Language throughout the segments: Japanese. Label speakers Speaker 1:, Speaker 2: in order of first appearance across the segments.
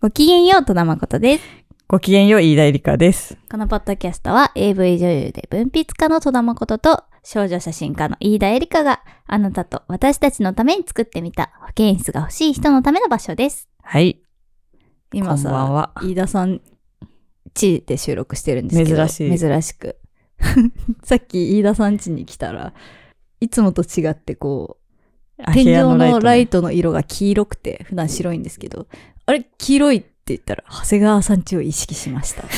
Speaker 1: ごきげんよう、戸田誠です。
Speaker 2: ごきげんよう、飯田絵梨香です。
Speaker 1: このポッドキャストは AV 女優で文筆家の戸田誠と少女写真家の飯田絵梨香があなたと私たちのために作ってみた保健室が欲しい人のための場所です。
Speaker 2: はい。
Speaker 1: 今
Speaker 2: こんばん
Speaker 1: さ、
Speaker 2: は。
Speaker 1: 飯田さん家で収録してるんですけど。
Speaker 2: 珍しい
Speaker 1: 珍しく。 さっき飯田さん家に来たら、いつもと違ってこう、
Speaker 2: あ
Speaker 1: 天井のライ
Speaker 2: ト
Speaker 1: トの色が黄色くて、普段白いんですけど、あれ、黄色いって言ったら、長谷川さんちを意識しました。
Speaker 2: ね。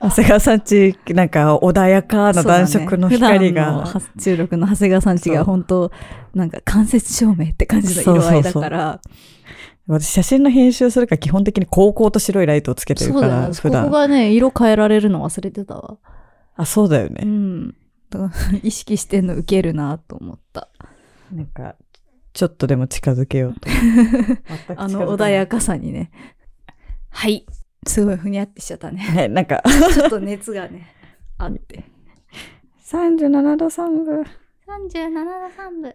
Speaker 2: 長谷川さんち、なんか穏やかな暖色の光が。
Speaker 1: そうだね普段の収録の長谷川さんち
Speaker 2: そ
Speaker 1: が
Speaker 2: う
Speaker 1: 本当、なんか間接照明って感じの色合いだから、
Speaker 2: 私、写真の編集するから基本的に高校と白いライトをつけてる
Speaker 1: そう
Speaker 2: か
Speaker 1: だよ
Speaker 2: ら、
Speaker 1: ね。こ
Speaker 2: 普
Speaker 1: こ
Speaker 2: 段。
Speaker 1: がね、色変えられるの忘れてたわ。
Speaker 2: あ、そうだよね
Speaker 1: う。ん。だから意識してんのウケるなと思 った。
Speaker 2: なんか、ちょっとでも近づけようと。
Speaker 1: あの 穏やかさにね。はい。すごいふにゃってしちゃったね。
Speaker 2: か。ね、なんか、
Speaker 1: ちょっと熱がね、あって。
Speaker 2: 37度3分。
Speaker 1: 37度3分。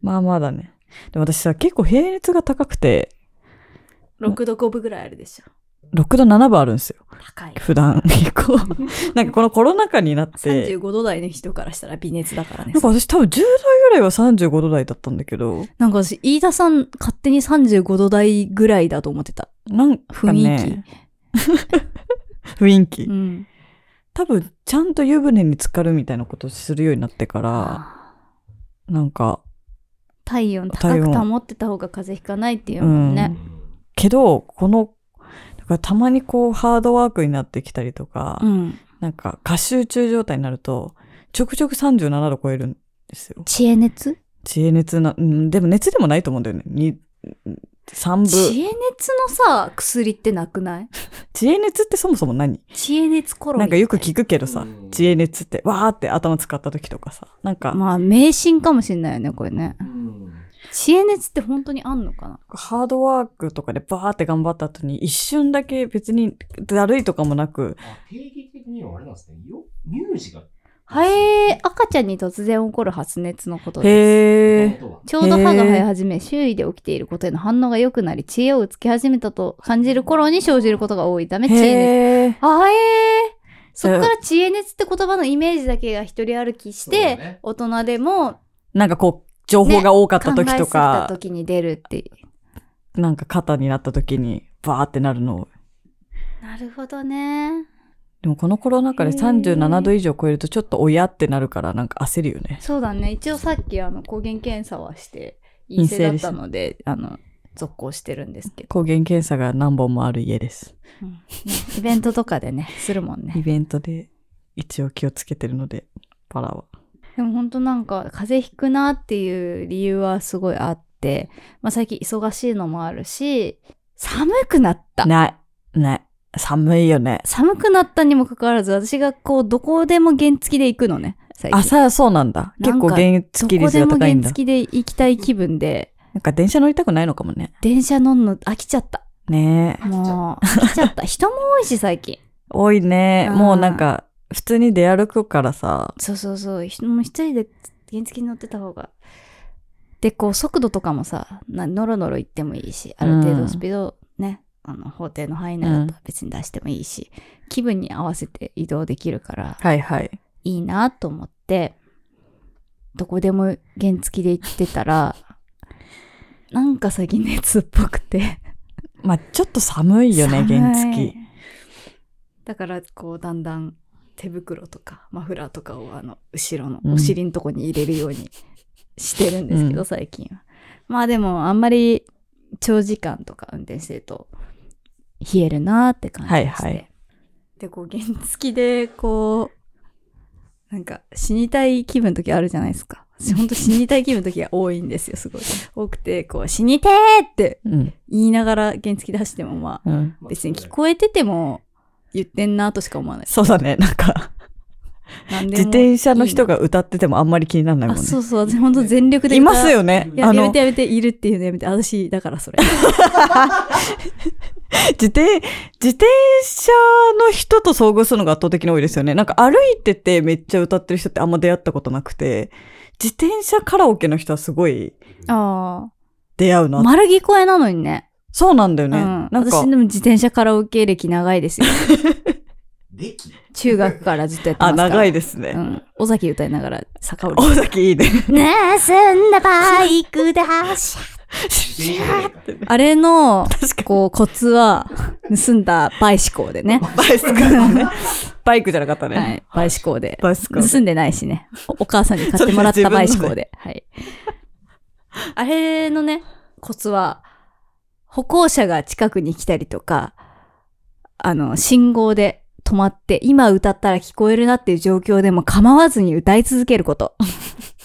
Speaker 2: まあまあだね。でも私さ、結構平熱が高くて、
Speaker 1: 6度5分ぐらいあるでしょ。
Speaker 2: 6度7分あるんですよ。
Speaker 1: 高い。
Speaker 2: 普 段。結構。なんかこのコロナ禍になって。
Speaker 1: 35度台の人からしたら微熱だからね
Speaker 2: なん。か私多分10代ぐらいは35度台だったんだけど、
Speaker 1: なんか私、飯田さん勝手に35度台ぐらいだと思ってた。
Speaker 2: なんか、ね、雰囲気。
Speaker 1: 雰囲気。うん。
Speaker 2: 多分ちゃんと湯船に浸かるみたいなことをするようになってから、なんか、
Speaker 1: 体温高
Speaker 2: 体
Speaker 1: く
Speaker 2: 温
Speaker 1: 保ってた方が風邪ひかないっていう
Speaker 2: う
Speaker 1: もん
Speaker 2: ん。
Speaker 1: ね。
Speaker 2: けど、この、だからたまにこうハードワークになってきたりとか、
Speaker 1: うん。
Speaker 2: なんか過集中状態になると、ちょくちょく37度超えるんですよ。
Speaker 1: 知恵熱
Speaker 2: 知恵熱な、うん、でも熱でもないと思うんだよね。に3
Speaker 1: 知
Speaker 2: 分。
Speaker 1: 恵熱のさ、薬ってなくない
Speaker 2: 知恵熱ってそもそも何
Speaker 1: 知恵熱コロリ
Speaker 2: なんかよく聞
Speaker 1: く。
Speaker 2: くけどさ、
Speaker 3: うん
Speaker 2: 知恵熱って、わーって頭使った時とかさ、なんか、
Speaker 1: まあ、迷信かもしんないよね、これね。知恵熱って本当にあんのかな
Speaker 2: ハードワークとかでバーって頑張った後に、一瞬だけ別にだるいとかもなく、
Speaker 3: あ定義的にはあれなんですね。よ乳児が。
Speaker 1: はい、赤ちゃんに突然起こる発熱のことです。
Speaker 2: へ
Speaker 3: え
Speaker 2: ー、
Speaker 1: ちょうど歯が生え始め、周囲で起きていることへの反応が良くなり、知恵をつき始めたと感じる頃に生じることが多いため、知恵熱。
Speaker 2: へー。
Speaker 1: あえー、そ
Speaker 2: そ
Speaker 1: っ
Speaker 2: う
Speaker 1: から知恵熱って言葉のイメージだけが一人歩きして、
Speaker 3: ね、
Speaker 1: 大人でも
Speaker 2: なんかこう、情報が多かっ
Speaker 1: 考
Speaker 2: た
Speaker 1: えす
Speaker 2: 時
Speaker 1: ぎ
Speaker 2: と
Speaker 1: た
Speaker 2: か、
Speaker 1: 時に出るって。
Speaker 2: なんか肩になった時に、バーってなるのを。
Speaker 1: なるほどね。
Speaker 2: でもこのコロナ禍で
Speaker 1: へー
Speaker 2: 37度以上超えるとちょっと親ってなるからなんか焦るよね。
Speaker 1: そうだね。一応さっきあの抗原検査はして、陰性だったので、あの、続行してるんですけど。
Speaker 2: 抗原検査が何本もある家で
Speaker 1: う
Speaker 2: す。
Speaker 1: んねイベントとかでね、するもんね
Speaker 2: イ。ベントで一応気をつけてるので、パラは。
Speaker 1: でも本当なんか風邪ひくなっていう理由はすごいあって、まあ、最近忙しいのもあるし寒くなった
Speaker 2: ない、ない。寒いよね。
Speaker 1: 寒くなったにもかかわらず私がこうどこでも原付で行くのね最近
Speaker 2: あ、さあ、そうなんだ。
Speaker 1: なん
Speaker 2: 結
Speaker 1: か
Speaker 2: 構原
Speaker 1: ど
Speaker 2: 付
Speaker 1: こ
Speaker 2: 率
Speaker 1: で
Speaker 2: が
Speaker 1: も
Speaker 2: 高
Speaker 1: 原
Speaker 2: いんだ。
Speaker 1: 付で行きたい気分で
Speaker 2: なんか電車乗りたくないのかもね。
Speaker 1: 電車乗んの飽きちゃった
Speaker 2: ねえ。
Speaker 1: もう飽きちゃった人も多いし最近
Speaker 2: 多いね。
Speaker 1: うん
Speaker 2: もうなんか、普通に出歩くからさ。
Speaker 1: そうそうそうひもう一人で原付に乗ってた方がでこう速度とかもさなノロノロ行ってもいいしある程
Speaker 2: う
Speaker 1: 度
Speaker 2: ん
Speaker 1: スピードね、あの法定の範囲内だったら別に出してもいいし、気分に合わせて移動できるから
Speaker 2: はいはい。
Speaker 1: いいなと思ってどこでも原付で行ってたらなんか最近熱っぽくて
Speaker 2: まあ、ちょっと寒いよね、
Speaker 1: 寒い
Speaker 2: 原付。
Speaker 1: だからこうだんだん手袋とかマフラーとかをあの後ろの
Speaker 2: うん
Speaker 1: お尻のとこに入れるようにしてるんですけど、
Speaker 2: うん
Speaker 1: 最近はまあでもあんまり長時間とか運転してると冷えるなーって感じがして、
Speaker 2: はいはい
Speaker 1: でこう原付でこうなんか死にたい気分の時あるじゃないです か私ほんと死にたい気分の時が多いんですよすごい多くてこう死にてーって
Speaker 2: うん。
Speaker 1: 言いながら原付で走ってもまあ
Speaker 2: うん。
Speaker 1: 別に聞こえてても言ってんなとしか思わない。
Speaker 2: そうだね。なんか、
Speaker 1: 何でも
Speaker 2: 自転車の人
Speaker 1: い
Speaker 2: が歌っててもあんまり気にならな
Speaker 1: い
Speaker 2: いも
Speaker 1: なんあ、
Speaker 2: ね。
Speaker 1: そうそう、私本当全力で。
Speaker 2: います
Speaker 1: よ。
Speaker 2: よね。
Speaker 1: や
Speaker 2: あ
Speaker 1: やめ
Speaker 2: の
Speaker 1: て、やめて、いるっていうのやめて、私、だからそれ。
Speaker 2: 自転、自転車の人と遭遇するのが圧倒的に多いですよね。なんか歩いててめっちゃ歌ってる人ってあんま出会ったことなくて、自転車カラオケの人はすごい
Speaker 1: あ
Speaker 2: 出会うな
Speaker 1: あ。。丸聞こえなのにね。
Speaker 2: そうなんだよ
Speaker 1: う
Speaker 2: ね。
Speaker 1: ん、
Speaker 2: なんか
Speaker 1: 私、でも自転車カラオケ歴長い ですよ。
Speaker 3: 歴
Speaker 1: 中学からずっとやってま
Speaker 2: あ、
Speaker 1: すから。
Speaker 2: 長い
Speaker 1: で
Speaker 2: です
Speaker 1: う
Speaker 2: ね。
Speaker 1: ん。尾崎歌いながら坂降り。
Speaker 2: 尾崎いいね。
Speaker 1: 盗んだバイクで走る
Speaker 3: 自転車か
Speaker 1: あれの、
Speaker 2: 確か
Speaker 1: こう、コツは、盗んだバイシコーでね。
Speaker 2: に。バイスか らね。バイクじゃなか ったね。
Speaker 1: はい。バイシコーで。
Speaker 2: バイスから。
Speaker 1: 盗んでないしね。おお母さんに買ってもらったバイシコーで。はい。 あれのね、コツは、歩行者が近くに来たりとか、あの、信号で止まって、今歌ったら聞こえるなっていう状況でも構わずに歌い続けること。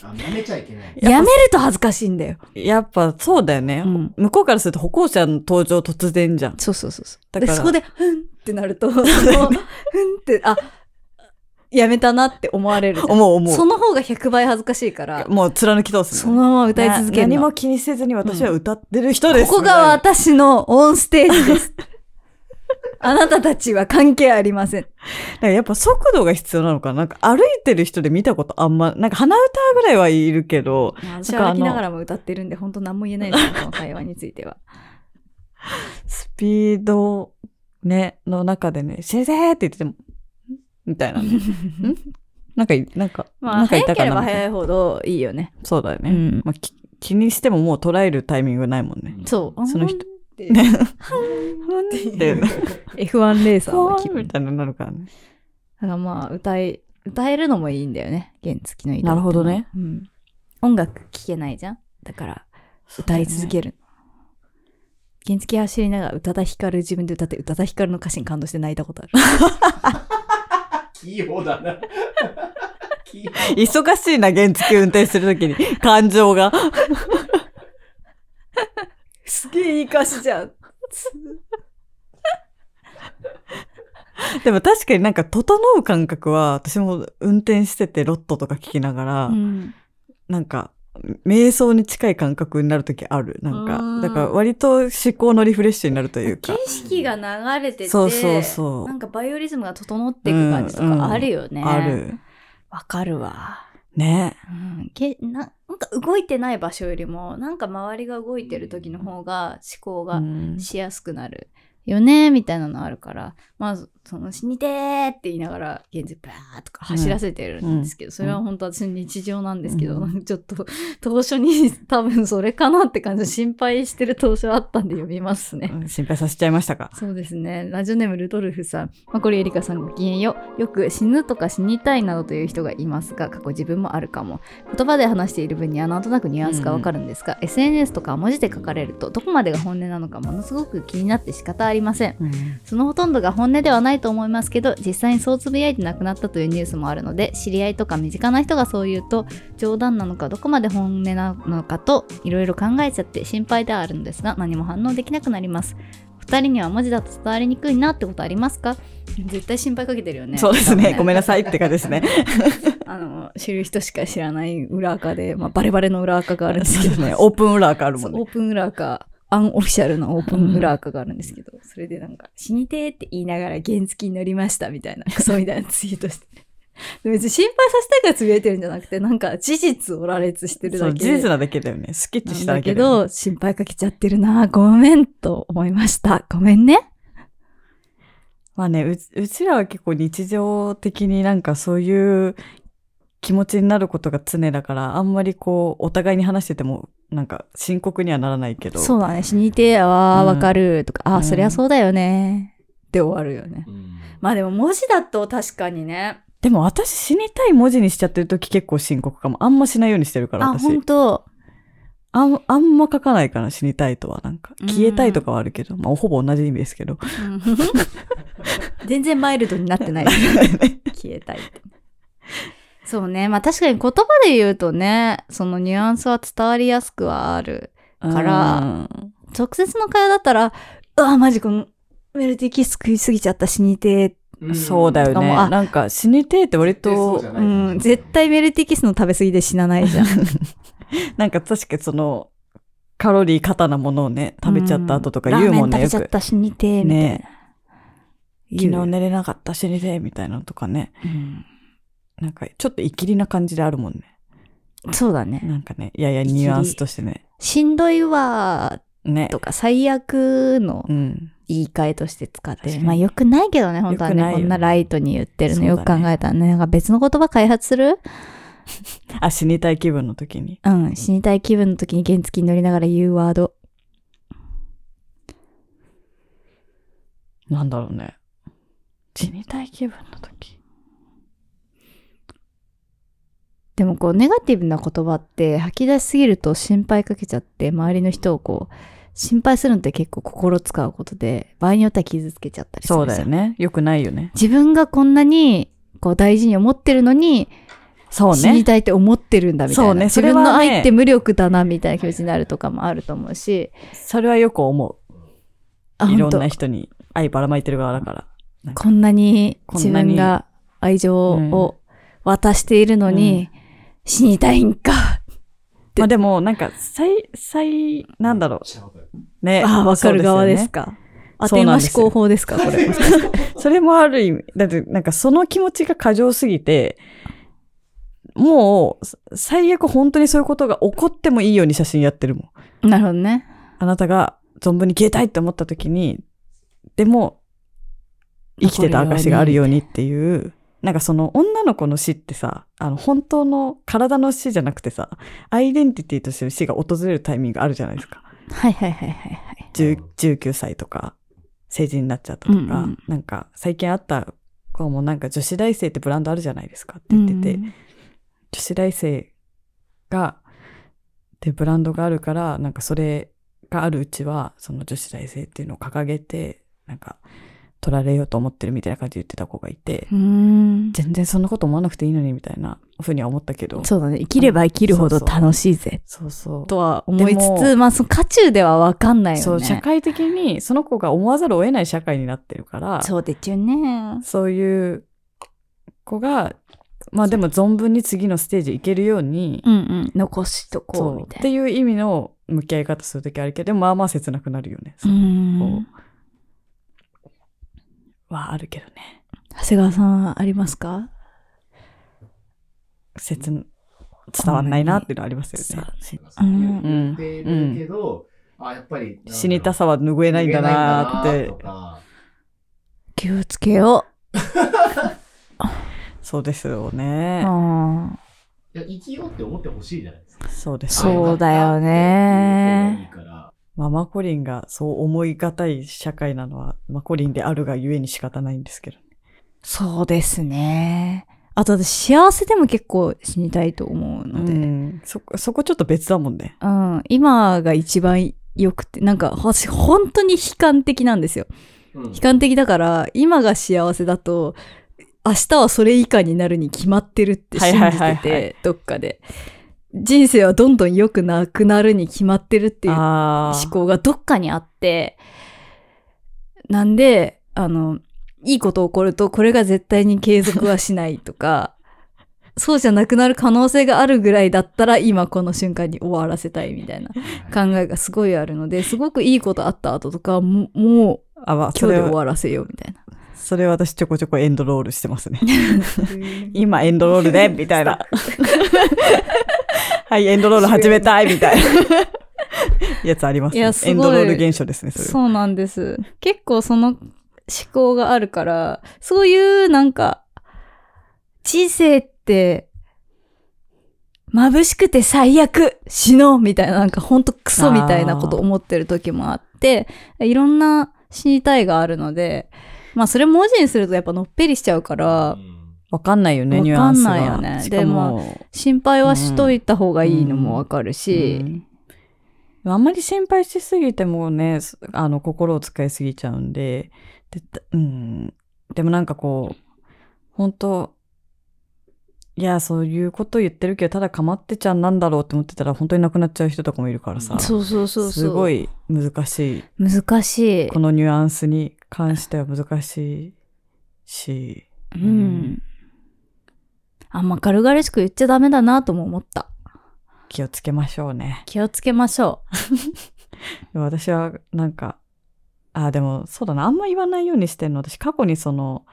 Speaker 3: あやめちゃいけない。
Speaker 1: やめると恥ずかしいんだよ。
Speaker 2: やっぱそうだよね。
Speaker 1: うん
Speaker 2: 向こうからすると歩行者の登場突然じゃん。
Speaker 1: そうそうそうそう。
Speaker 2: だ
Speaker 1: で、
Speaker 2: から
Speaker 1: そこで、ふんってなる と、そのふんって、あ、やめたなって思われるじゃん。
Speaker 2: 思う思う。
Speaker 1: その方が100倍恥ずかしいから、
Speaker 2: もう貫き通す
Speaker 1: そ
Speaker 2: ね
Speaker 1: のまま歌い続ける
Speaker 2: な何
Speaker 1: の。
Speaker 2: も気にせずに私は歌ってる人です。
Speaker 1: ここが私のオンステージ です。あなたたちは関係ありません。
Speaker 2: だからやっぱ速度が必要なのかな。なんか歩いてる人で見たことあんま、なんか鼻歌ぐらいはいるけど、
Speaker 1: 私
Speaker 2: なんか
Speaker 1: は
Speaker 2: あ
Speaker 1: 歩
Speaker 2: の
Speaker 1: きながらも歌ってるんで、本当何も言えない ですよ、この会話については。
Speaker 2: スピード、ね、の中でね、せぜーって言ってても、んみた いなね。んなんかい、なんか、
Speaker 1: ま
Speaker 2: な
Speaker 1: あ、
Speaker 2: んか
Speaker 1: 早
Speaker 2: いた
Speaker 1: け
Speaker 2: か
Speaker 1: れ
Speaker 2: な
Speaker 1: ば
Speaker 2: みたいな
Speaker 1: 早いほどいいよね。
Speaker 2: そうだよね。
Speaker 1: うん
Speaker 2: まあき気にしてももう捉えるタイミングないもんね。
Speaker 1: そう。
Speaker 2: その
Speaker 1: う
Speaker 2: 人
Speaker 1: ん。
Speaker 2: ね。
Speaker 1: で F1 レーサーの気
Speaker 2: み
Speaker 1: 分。だ
Speaker 2: たいになるからね。
Speaker 1: からまあ、歌い、歌えるのもいいんだよね。原付の移動。
Speaker 2: なるほどね。
Speaker 1: うん。音楽聴けないじゃん。だから、歌い続ける。原付走りながら、宇多田ヒカル自分で歌って、宇多田ヒカルの歌詞に感動して泣いたことある。
Speaker 3: 器用だな。器用。
Speaker 2: 忙しいな、原付運転するときに、感情が。
Speaker 1: すげえいい歌詞じゃん。
Speaker 2: でも確かになんか、整う感覚は、私も運転してて、ロットとか聞きながら、
Speaker 1: うん。
Speaker 2: なんか、瞑想に近い感覚になるときある。なん
Speaker 1: う
Speaker 2: か、
Speaker 1: ん
Speaker 2: だから割と思考のリフレッシュになるというか
Speaker 1: 景。色が流れてて、
Speaker 2: そうそうそう
Speaker 1: なんかバイオリズムが整っていく感じと
Speaker 2: うんうん
Speaker 1: かあるよね。
Speaker 2: あ。る。
Speaker 1: わかるわ。
Speaker 2: ね。
Speaker 1: うん、けななんか動いてない場所よりも、なんか周りが動いてる時の方が思考
Speaker 2: う
Speaker 1: が
Speaker 2: ん
Speaker 1: しやすくなるよね、みたいなのあるから、まあ、その死にてーって言いながら、現実バーッとか走らせてるんですけど、それは本当私の日常なんですけど、
Speaker 2: う
Speaker 1: ちょっと当初に多分それかなって感じの心配してる当初あったんで呼びますね。
Speaker 2: うん心配させちゃいましたか。
Speaker 1: そうですね。ラジオネームルドルフさん。まあ、これエリカさんごきげんよう。よく死ぬとか死にたいなどという人がいますが、過去自分もあるかも。言葉で話している分にはなんとなくニュアンスがわかるんですが、SNS とか文字で書かれると、どこまでが本音なのかものすごく気になって仕方ありません。そのほとんどが本音ではないと思いますけど、実際にそうつぶやいて亡くなったというニュースもあるので、知り合いとか身近な人がそう言うと、冗談なのかどこまで本音なのかといろいろ考えちゃって心配ではあるのですが、何も反応できなくなります。二人には文字だと伝わりにくいなってことありますか絶対心配かけてるよね。
Speaker 2: そうですね。ごめんなさい
Speaker 1: い。
Speaker 2: って感じですね。
Speaker 1: あの、知る人しか知らない裏垢で、まあ、バレバレの裏垢があるんです
Speaker 2: そう
Speaker 1: け
Speaker 2: で
Speaker 1: ど
Speaker 2: すね。オープン裏があるも
Speaker 1: そ
Speaker 2: ん
Speaker 1: う
Speaker 2: ね
Speaker 1: オ。ープン裏か、アンオフィシャルなオープン裏かがあるんですけど、それでなんか、死にてーって言いながら原付に乗りましたみたいな、クソみたいなツイートして。 で別に心配させたいからつぶやいてるんじゃなくて、なんか事実を羅列してる
Speaker 2: そ
Speaker 1: だ
Speaker 2: う
Speaker 1: け
Speaker 2: 事
Speaker 1: で
Speaker 2: 実なだけだよね。スケッチ
Speaker 1: な
Speaker 2: し
Speaker 1: ん
Speaker 2: た
Speaker 1: だ
Speaker 2: だけ
Speaker 1: け
Speaker 2: だよね
Speaker 1: ど、心配かけちゃってるなごめんと思いました。ごめんね。
Speaker 2: まあねうち、うちらは結構日常的になんかそういう気持ちになることが常だから、あんまりこう、お互いに話してても、なんか深刻にはならないけど。
Speaker 1: そうだね、死にてーやわー、
Speaker 2: うん
Speaker 1: わかるとか、あ
Speaker 2: う
Speaker 1: ー、
Speaker 2: ん
Speaker 1: そりゃそうだよねって終わるよね。
Speaker 3: うん
Speaker 1: まあでも文字だと確かにね。
Speaker 2: でも私死にたい文字にしちゃってる時結構深刻かも。あんましないようにしてるから、
Speaker 1: あ、
Speaker 2: 私
Speaker 1: 本。当
Speaker 2: あんあんま書かないかな、死にたいとは。なんか、
Speaker 1: うん
Speaker 2: 消えたいとかはあるけど、まあほぼ同じ意味ですけど。
Speaker 1: 全然マイルドにな ってない。消えたいって。そうね。まあ確かに言葉で言うとね、そのニュアンスは伝わりやすくはある。から
Speaker 2: うん、
Speaker 1: 直接の会話だったら、うわ、マジこのメルティーキス食いすぎちゃった死にてー、
Speaker 2: そうだよ
Speaker 1: とか
Speaker 2: ね。
Speaker 1: もあ
Speaker 2: なんか死にてえって割
Speaker 3: そう
Speaker 2: と
Speaker 3: じゃ、な
Speaker 1: う
Speaker 3: い
Speaker 1: ん、絶対メルティーキスの食べ過ぎで死なないじゃん。
Speaker 2: なんか確かにその、カロリー過多なものをね、食べちゃった後とか言うもん
Speaker 1: ラーメ
Speaker 2: ね、
Speaker 1: ン食
Speaker 2: よ
Speaker 1: べちゃっ
Speaker 2: く。
Speaker 1: た死にてー、みたいな。
Speaker 2: ね昨
Speaker 1: 言
Speaker 2: 日
Speaker 1: うよ
Speaker 2: 寝れなかった、死にてえみたいなのとかね。なんかちょっとイキリな感じであるもんね。
Speaker 1: うんそうだね。
Speaker 2: なんかね、いやいやニュアンスとしてね。
Speaker 1: しんどいわーっ
Speaker 2: ね。
Speaker 1: とか最悪の
Speaker 2: うん。
Speaker 1: 言い換えとして使っ
Speaker 2: 確
Speaker 1: て
Speaker 2: か
Speaker 1: る。
Speaker 2: に
Speaker 1: まあよくないけどね、本当は
Speaker 2: 良くな
Speaker 1: ね。
Speaker 2: いよ
Speaker 1: こ
Speaker 2: ね
Speaker 1: んなライトに言ってるの
Speaker 2: そうだ
Speaker 1: よ
Speaker 2: ね
Speaker 1: く考えたらね。なんか別の言葉開発する
Speaker 2: あ、死にたい気分の時に。
Speaker 1: うん。死にたい気分の時に原付に乗りながら言うワード。
Speaker 2: なんだろうね。死にたい気分の時。
Speaker 1: でもこう、ネガティブな言葉って吐き出しすぎると心配かけちゃって、周りの人をこう、心配するのって結構心使うことで、場合によっては傷つけちゃったりする
Speaker 2: そう
Speaker 1: じゃん
Speaker 2: だよね。よくないよね。
Speaker 1: 自分がこんなに、こう大事に思ってるのに、
Speaker 2: そう
Speaker 1: 死に
Speaker 2: ね。
Speaker 1: たいって思ってるんだみたいな。
Speaker 2: そうね
Speaker 1: 自
Speaker 2: それは
Speaker 1: 分
Speaker 2: ね
Speaker 1: の愛って無力だなみたいな気持ちになるとかもあると思うし。
Speaker 2: それはよく思
Speaker 1: あ
Speaker 2: う。いろん
Speaker 1: ほ
Speaker 2: なん
Speaker 1: と
Speaker 2: 人に愛ばらまいてる側だから。
Speaker 1: こんなに
Speaker 2: こ
Speaker 1: 自
Speaker 2: んなに
Speaker 1: 分が愛情を渡しているのに、死にたいんか。
Speaker 2: まあでも、なんか、最、最、なんだろ
Speaker 3: めっちゃわかる
Speaker 2: う。ね。
Speaker 1: ああ、わかる側です
Speaker 2: か。
Speaker 1: か。当
Speaker 2: そうですよね
Speaker 1: て馬思考法ですか、これ。
Speaker 2: それもある意味。だって、なんかその気持ちが過剰すぎて、もう、最悪本当にそういうことが起こってもいいように写真やってるも ん。
Speaker 1: なるほどね。
Speaker 2: あなたが存分に消えたいって思った時に、でも、生きてた証があるようにっていう、なんかその女の子の死ってさ、あの本当の体の死じゃなくてさ、アイデンティティとしての死が訪れるタイミングあるじゃないですか。
Speaker 1: はいはいはいはいはい。
Speaker 2: 10 19歳とか、成人になっちゃったとか、
Speaker 1: うんうん
Speaker 2: なんか最近会った子もなんか女子大生ってブランドあるじゃないですかって言ってて、
Speaker 1: うん
Speaker 2: 女子大生が、で、ブランドがあるから、なんかそれがあるうちは、その女子大生っていうのを掲げて、なんか、取られようと思ってるみたいな感じで言ってた子がいて、
Speaker 1: うん。
Speaker 2: 全然そんなこと思わなくていいのにみたいなふうには思ったけど、
Speaker 1: そうだね。生きれば生きるほど楽しいぜ。
Speaker 2: そうそう。
Speaker 1: とは思いつ
Speaker 2: で
Speaker 1: つ、まあ、その渦中ではわかんないよね。
Speaker 2: そう、社会的にその子が思わざるを得ない社会になってるから、
Speaker 1: そうでちゅね。
Speaker 2: そういう子が、まあでも存分に次のステージ行けるように、
Speaker 1: うんうん。残しとこう
Speaker 2: そう
Speaker 1: み
Speaker 2: った
Speaker 1: いな
Speaker 2: て。いう意味の向き合い方するときあるけど、でもまあまあ切なくなるよね。
Speaker 1: うーん
Speaker 2: こうはあるけどね。
Speaker 1: 長谷川さんはありますか
Speaker 2: 切ん伝わんないなっていうのはあります
Speaker 1: そ
Speaker 2: よ
Speaker 1: う
Speaker 2: ね。
Speaker 1: うん
Speaker 3: 言ってるけど、あ、やっぱり。
Speaker 2: 死にたさは拭えないんだなーって
Speaker 3: とか
Speaker 1: 気をつけよ
Speaker 2: そうですよ
Speaker 1: う。
Speaker 2: ね。
Speaker 1: うん
Speaker 3: いや、生きようって思ってほしいじゃないですか。
Speaker 2: そうですよ
Speaker 1: そうだよね
Speaker 3: あよかったっていう方がいいから
Speaker 2: ママコリンがそう思いがたい社会なのは、マコリンであるがゆえに仕方ないんですけど。
Speaker 1: そうですね。あと私、幸せでも結構死にたいと思うので。
Speaker 2: う
Speaker 1: うん。
Speaker 2: ん、そ、そこちょっと別だもんね。
Speaker 1: 今が一番良くて、なんか私、本当に悲観的なんですよ。
Speaker 3: うん
Speaker 1: 悲観的だから、今が幸せだと、明日はそれ以下になるに決まってるって信じ
Speaker 2: はい
Speaker 1: て
Speaker 2: はいはいは
Speaker 1: て、どっかで。人生はどんどん良くなくなるに決まってるっていう
Speaker 2: あ
Speaker 1: 思考がどっかにあって、なんで、あの、いいこと起こると、これが絶対に継続はしないとか、 そうじゃなくなる可能性があるぐらいだったら、今この瞬間に終わらせたいみたいな考えがすごいあるので、すごくいいことあった後とか、もうもう
Speaker 2: あ。あ、まあ、そ
Speaker 1: 今日
Speaker 2: れ
Speaker 1: で終
Speaker 2: は、
Speaker 1: わらせようみた いな。
Speaker 2: それは私ちょこちょこエンドロールしてますね。今エンドロールで、みた いな。はい、エンドロール始めたい、みたいな。やつあります,、ね、
Speaker 1: いやすごい
Speaker 2: エンドロール現象ですね、それは。
Speaker 1: そうなんです。結構その思考があるから、そういうなんか、人生って、眩しくて最悪死のうみたいな、なんかほんとクソみたいなこと思ってる時もあって、いろんな死にたいがあるので、まあそれ文字にするとやっぱのっぺりしちゃうから、
Speaker 2: わかんないよね、
Speaker 1: わ
Speaker 2: ニュ
Speaker 1: か
Speaker 2: アン
Speaker 1: ん
Speaker 2: ス
Speaker 1: ないよね
Speaker 2: はし
Speaker 1: で
Speaker 2: かも、
Speaker 1: 心配はしといた方がいいのもわかるし、
Speaker 2: うんあんまり心配しすぎてもね、すあの、心を使いすぎちゃうんで、で、たうん。でもなんかこう、本当いや、そういうこと言ってるけど、ただ構ってちゃんなんだろうって思ってたら、本当に亡くなっちゃう人とかもいるからさ。
Speaker 1: そうそうそうそう。
Speaker 2: すごい難しい。
Speaker 1: 難しい。
Speaker 2: このニュアンスに関しては難しいし。
Speaker 1: う
Speaker 2: うんん。
Speaker 1: あんま軽々しく言っちゃダメだなとも思った。
Speaker 2: 気をつけましょうね。
Speaker 1: 気をつけましょ
Speaker 2: 私はなんか、あ、でもそうだな、あんま言わないようにしてんの。私過去にその、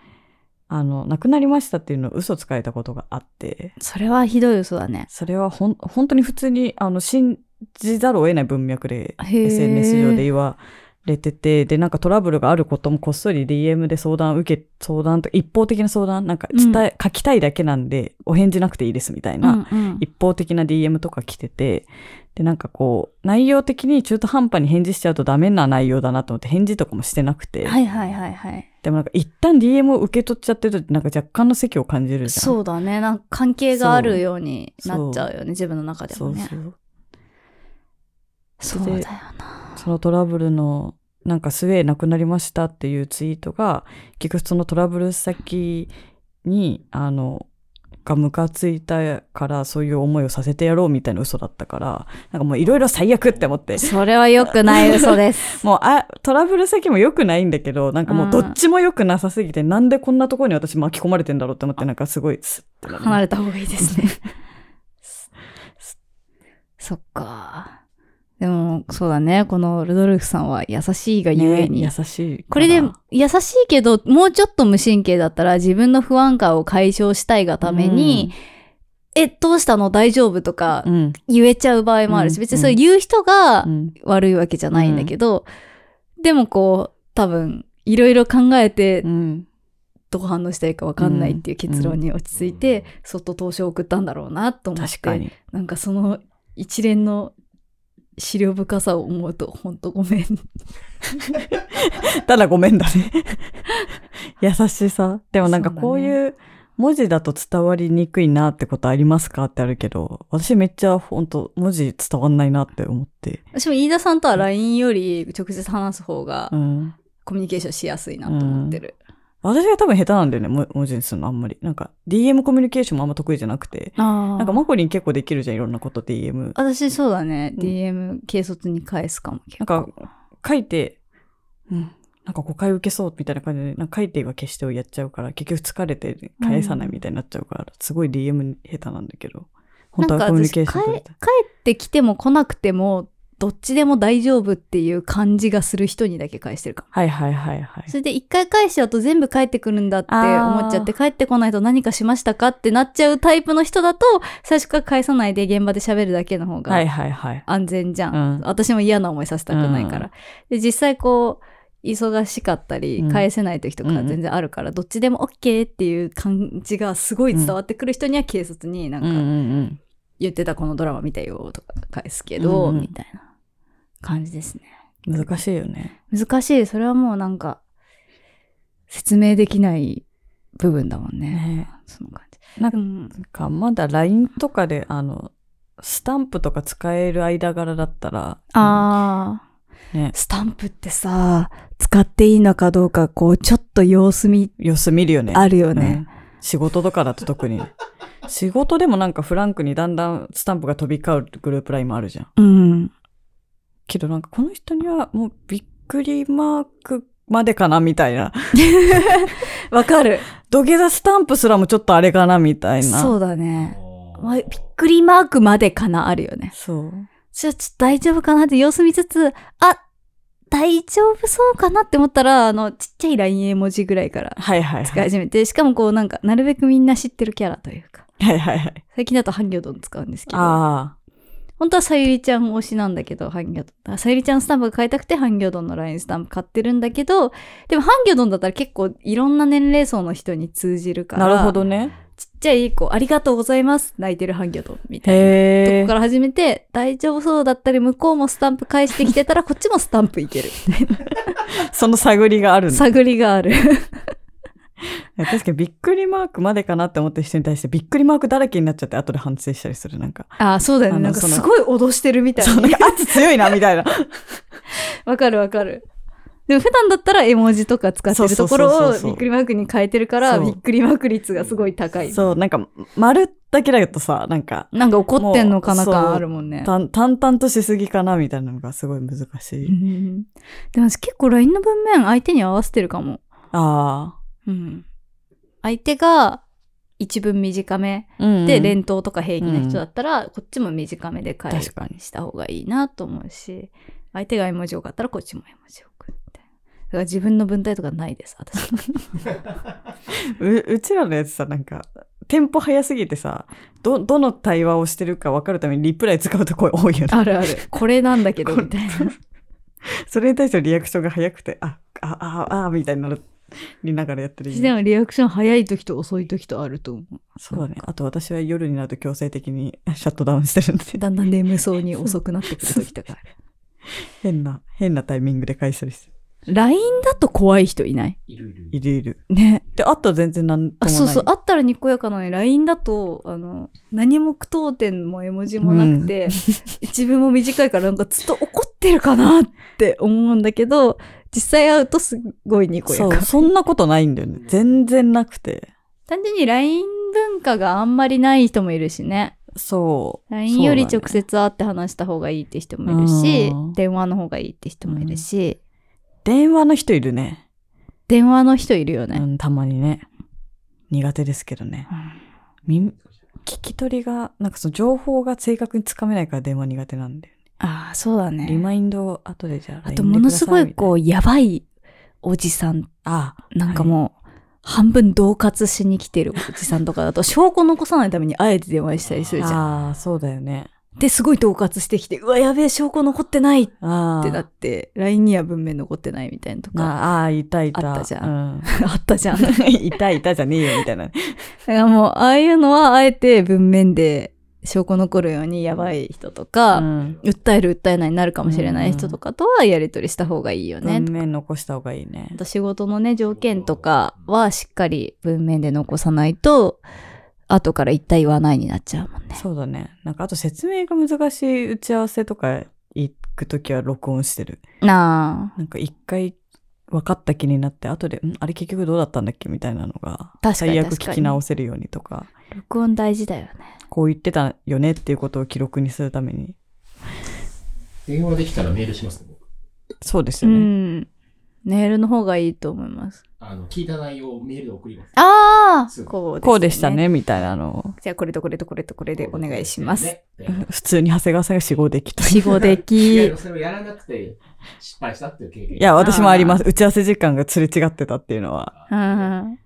Speaker 2: あの、亡くなりましたっていうのを嘘つかれたことがあって、
Speaker 1: う。それはひどい嘘だね。
Speaker 2: それはほん、本当に普通に、あの、死んじざるを得ない文脈で
Speaker 1: へー
Speaker 2: SNS 上で言われててでなんかトラブルがあることもこっそり DM で相談受け相談と一方的な相談なんか伝え、書きたいだけなんでお返事なくていいですみたいな、
Speaker 1: うん
Speaker 2: 一方的な DM とか来ててでなんかこう内容的に中途半端に返事しちゃうとダメな内容だなと思って返事とかもしてなくて、
Speaker 1: はいはいはいはい。
Speaker 2: でもなんか一旦 DM を受け取っちゃってるとなんか若干の席を感じるじゃん
Speaker 1: そうだね。なんか関係があるようになっちゃうよね。自分の中で
Speaker 2: そ
Speaker 1: も
Speaker 2: う
Speaker 1: ね
Speaker 2: そ。う
Speaker 1: そうだよな。
Speaker 2: そのトラブルのなんかスウェーなくなりましたっていうツイートが結局そのトラブル先にあのがムカついたからそういう思いをさせてやろうみたいな嘘だったからなんかもういろいろ最悪って思って
Speaker 1: それは良くない嘘 です。
Speaker 2: もうあトラブル先も良くないんだけどなんかもうどっちも良くなさすぎて、なんでこんなところに私巻き込まれてんだろうって思ってなんかすごいスッてなる
Speaker 1: 離れた方がいいです ね。そっか。でも、そうだね。このルドルフさんは優しいがゆえ
Speaker 2: ね
Speaker 1: に。
Speaker 2: 優しい
Speaker 1: これで
Speaker 2: から
Speaker 1: 優しいけど、もうちょっと無神経だったら自分の不安感を解消したいがために、え、どうしたの大丈夫とか
Speaker 2: うん
Speaker 1: 言えちゃう場合もあるし、
Speaker 2: うん
Speaker 1: 別にそう言う人が
Speaker 2: うん
Speaker 1: 悪いわけじゃないんだけど、でもこう、多分、いろいろ考えて
Speaker 2: うん
Speaker 1: どう反応したらいいか分かんないっていう結論に落ち着いて、
Speaker 3: うん
Speaker 1: そっと投資を送ったんだろうなと思って
Speaker 2: 確かに
Speaker 1: なんかその一連の資料深さを思うと本当ごめん
Speaker 2: ただごめんだね 優しさでもなんかこういう文字だと伝わりにくいなってことありますかってあるけど私めっちゃ本当文字伝わんないなって思って、
Speaker 1: 私も飯田さんとは LINE より直接話す方が
Speaker 2: うん、
Speaker 1: コミュニケーションしやすいなと思ってる、
Speaker 2: 私が多分下手なんだよねも文字にするのあんまりなんか DM コミュニケーションもあんま得意じゃなくて
Speaker 1: あ
Speaker 2: なんかマコリン結構できるじゃんいろんなこと DM
Speaker 1: 私そうだね、
Speaker 2: うん
Speaker 1: DM 軽率に返すかも結構
Speaker 2: なん書いて、うん、なんか誤解受けそうみたいな感じでなんか書いては消してをやっちゃうから結局疲れて返さないみたいになっちゃうから、すごい DM 下手なんだけど本当はコミュニケーション
Speaker 1: な
Speaker 2: 取
Speaker 1: ん
Speaker 2: り
Speaker 1: か
Speaker 2: たい
Speaker 1: 私帰帰ってきても来なくてもどっちでも大丈夫っていう感じがする人にだけ返してるかも
Speaker 2: はいはいはいはい
Speaker 1: それで一回返しちゃうと全部帰ってくるんだって思っちゃって帰ってこないと何かしましたかってなっちゃうタイプの人だと最初から返さないで現場で喋るだけの方
Speaker 2: はい
Speaker 1: が
Speaker 2: はいはい
Speaker 1: 安全じゃん、
Speaker 2: うん
Speaker 1: 私も嫌な思いさせたくないから、
Speaker 2: う
Speaker 1: で実際こう忙しかったり
Speaker 2: うん
Speaker 1: 返せない時とか全然あるから、どっちでも OK っていう感じがすごい伝わってくる人には警察になん
Speaker 2: うんう
Speaker 1: か
Speaker 2: んうん
Speaker 1: 言ってたこのドラマ見たよとか返すけど、
Speaker 2: うんうん
Speaker 1: みたいな感じですね
Speaker 2: 難しいよね
Speaker 1: 難しいそれはもうなんか説明できない部分だもんね
Speaker 2: ね
Speaker 1: その感じ
Speaker 2: なんか
Speaker 1: うん
Speaker 2: なんかまだ LINE とかであのスタンプとか使える間柄だったら
Speaker 1: ああ
Speaker 2: ね
Speaker 1: スタンプってさ使っていいのかどうかこうちょっと様子見
Speaker 2: 様子見るよね
Speaker 1: あるよ
Speaker 2: う
Speaker 1: ね
Speaker 2: ん、仕事とかだと特に仕事でもなんかフランクにだんだんスタンプが飛び交うグループラインもあるじゃん
Speaker 1: うん
Speaker 2: けどなんかこの人にはもうびっくりマークまでかなみたいな
Speaker 1: わ、かる
Speaker 2: 土下座スタンプすらもちょっとあれかなみたいな
Speaker 1: そううだねまびっ
Speaker 3: ッ
Speaker 1: くりマークまでかなあるよね
Speaker 2: そう
Speaker 1: ちょ、ちょっと大丈夫かなって様子見つつ、あ、大丈夫そうかなって思ったら、あの、ちっちゃい LINE 絵文字ぐらいから
Speaker 2: はいはい
Speaker 1: 使い
Speaker 2: はい
Speaker 1: 始めて、しかもこうなんか、なるべくみんな知ってるキャラというか、
Speaker 2: はいはいはい
Speaker 1: 最近だとハンギョドン使うんですけど、
Speaker 2: あ
Speaker 1: 本当はさゆりちゃん推しなんだけど、ハンギョドン。さゆりちゃんスタンプが買いたくて、ハンギョドンの LINE スタンプ買ってるんだけど、でもハンギョドンだったら結構いろんな年齢層の人に通じるか
Speaker 2: あ
Speaker 1: ら、
Speaker 2: なるほどね
Speaker 1: ちっちゃい子、ありがとうございます、泣いてるハンギョドンみたいな。と
Speaker 2: へ
Speaker 1: こ
Speaker 2: え
Speaker 1: から始めて、大丈夫そうだったり、向こうもスタンプ返してきてたら、こっちもスタンプいける。
Speaker 2: その探りがあるんだ
Speaker 1: 探りがある。
Speaker 2: 確かにびっくりマークまでかなって思ってる人に対してびっくりマークだらけになっちゃって後で反省したりするなんか
Speaker 1: ああ、そうだよ
Speaker 2: あ
Speaker 1: ね。な
Speaker 2: の
Speaker 1: んか
Speaker 2: その
Speaker 1: すごい脅してるみたい
Speaker 2: そう
Speaker 1: な
Speaker 2: なん。か圧強いなみた いな
Speaker 1: わかるわかる。でも普段だったら絵文字とか使ってるところ
Speaker 2: そうそうそう
Speaker 1: を
Speaker 2: そうそう
Speaker 1: びっくりマークに変えてるから、
Speaker 2: そう
Speaker 1: びっくりマーク率がすごい高い。
Speaker 2: そうなんか丸だけだとさなんか
Speaker 1: なんか怒ってんのかな
Speaker 2: もう
Speaker 1: 感あるもんね。
Speaker 2: 淡淡々としすぎかなみたいなのがすごい難し
Speaker 1: う
Speaker 2: い、
Speaker 1: んでも私結構 LINE の文面相手に合わせてるかも。
Speaker 2: あ
Speaker 1: うん。相手が一文短め
Speaker 2: あ、うんうん
Speaker 1: で、連投とか平気な人だったら、こっちも短めで返
Speaker 2: 確かに
Speaker 1: した方がいいなと思うし相手が絵文字多かったらこっちも絵文字送るみたいなだから自分の文体とかないです私
Speaker 2: ううちらのやつさなんかテンポ早すぎてさ、ど、どの対話をしてるか分かるためにリプライ使うとこ多いよね。
Speaker 1: あるある。これなんだけど、
Speaker 2: これ
Speaker 1: みたいな。
Speaker 2: それに対してのリアクションが早くて、あ、あ、あ、あ、みたいになる、りながらやってるイメージ
Speaker 1: でもリアクション早い時と遅い時とあると思う。
Speaker 2: そうだね。あと私は夜になると強制的に シャットダウンしてるんで、
Speaker 1: だんだん眠そうに遅くなってくる時とかあ る。
Speaker 2: 変な、変なタイミングで返したりして
Speaker 1: LINE だと怖い人いない
Speaker 3: いるいる。
Speaker 2: る。いるいる。
Speaker 1: ね。
Speaker 2: で、あとは全然なんとも
Speaker 1: あ、
Speaker 2: ない。
Speaker 1: そうそう。あったらにこやかなのに、LINE だと、あの、何も句読点も絵文字もなくて、一文も短いからなんかずっと怒ってるかなって思うんだけど、実際会うとすごいにこや
Speaker 2: そう
Speaker 1: か。
Speaker 2: そんなことないんだよね。全然なくて。
Speaker 1: 単純に LINE 文化があんまりない人もいるしね。
Speaker 2: そう。
Speaker 1: LINE より
Speaker 2: そうだね
Speaker 1: 直接会って話した方がいいって人もいるし、
Speaker 2: うん
Speaker 1: 電話の方がいいって人もいるし、
Speaker 2: 電話の人いるね。
Speaker 1: 電話の人いるよね。
Speaker 2: うん、たまにね。苦手ですけどね。耳聞き取りが、なんかその情報が正確につかめないから電話苦手なんだよね。
Speaker 1: ああ、そうだ
Speaker 2: リ
Speaker 1: ね。
Speaker 2: マインドを後でじゃあ。
Speaker 1: あと、ものすごいこ
Speaker 2: う。
Speaker 1: う、やばいおじさん、
Speaker 2: あ
Speaker 1: なんかもう、半分恫喝しに来てるおじさんとかだと、証拠残さないためにあえて電話したりするじゃん。
Speaker 2: あー、そうだよね。
Speaker 1: で、すごい恫喝してきて、うわ、やべえ、証拠残ってないっ
Speaker 2: ああ。
Speaker 1: てなって、LINE には文面残ってないみたいなとか、
Speaker 2: ああー、いたいた。
Speaker 1: あったじゃ
Speaker 2: ん。
Speaker 1: あった じゃん。
Speaker 2: いたいたじゃねえよ、みたいな。
Speaker 1: だからもう、ああいうのは、あえて文面で証拠残るようにやばい人とか、
Speaker 2: うん
Speaker 1: 訴える訴えないになるかもしれない人とかとはやり取りした方がいいよね。
Speaker 2: 文面残した方がいいね
Speaker 1: あ。と仕事のね、条件とかはしっかり文面で残さないと、後から一体言わないになっちゃうもんね。
Speaker 2: そうだね。なんか、あと説明が難しい打ち合わせとか行くときは録音してる。
Speaker 1: な
Speaker 2: なんか一回分かった気になって、後で、んあれ結局どうだったんだっけみたいなのが、
Speaker 1: 確かに
Speaker 2: 最悪
Speaker 1: 確か
Speaker 2: 聞
Speaker 1: に
Speaker 2: き直せるようにとか、
Speaker 1: あ、録音大事だよね。
Speaker 2: こう言ってたよねっていうことを記録にするために。
Speaker 3: 電話できたらメールしますね、僕
Speaker 2: そうです
Speaker 1: う
Speaker 2: よね。
Speaker 1: ん。メールの方がいいと思います。
Speaker 3: あの、聞いた内容をメールで送ります。
Speaker 1: あ
Speaker 3: そ
Speaker 1: あ
Speaker 3: う
Speaker 1: こう
Speaker 2: こうでした。ね、みたいなのを。
Speaker 1: じゃあこれとこれとこれとこれでお願いします。
Speaker 3: ね。ね
Speaker 2: 普通に長谷川さんが死亡できた。
Speaker 1: 死後で
Speaker 3: いや
Speaker 1: き
Speaker 3: でも。それをやらなくて失敗したっていう経験。
Speaker 2: いや、私もあります。打ち合わせ時間がすれ違ってたっていうのは。
Speaker 1: うん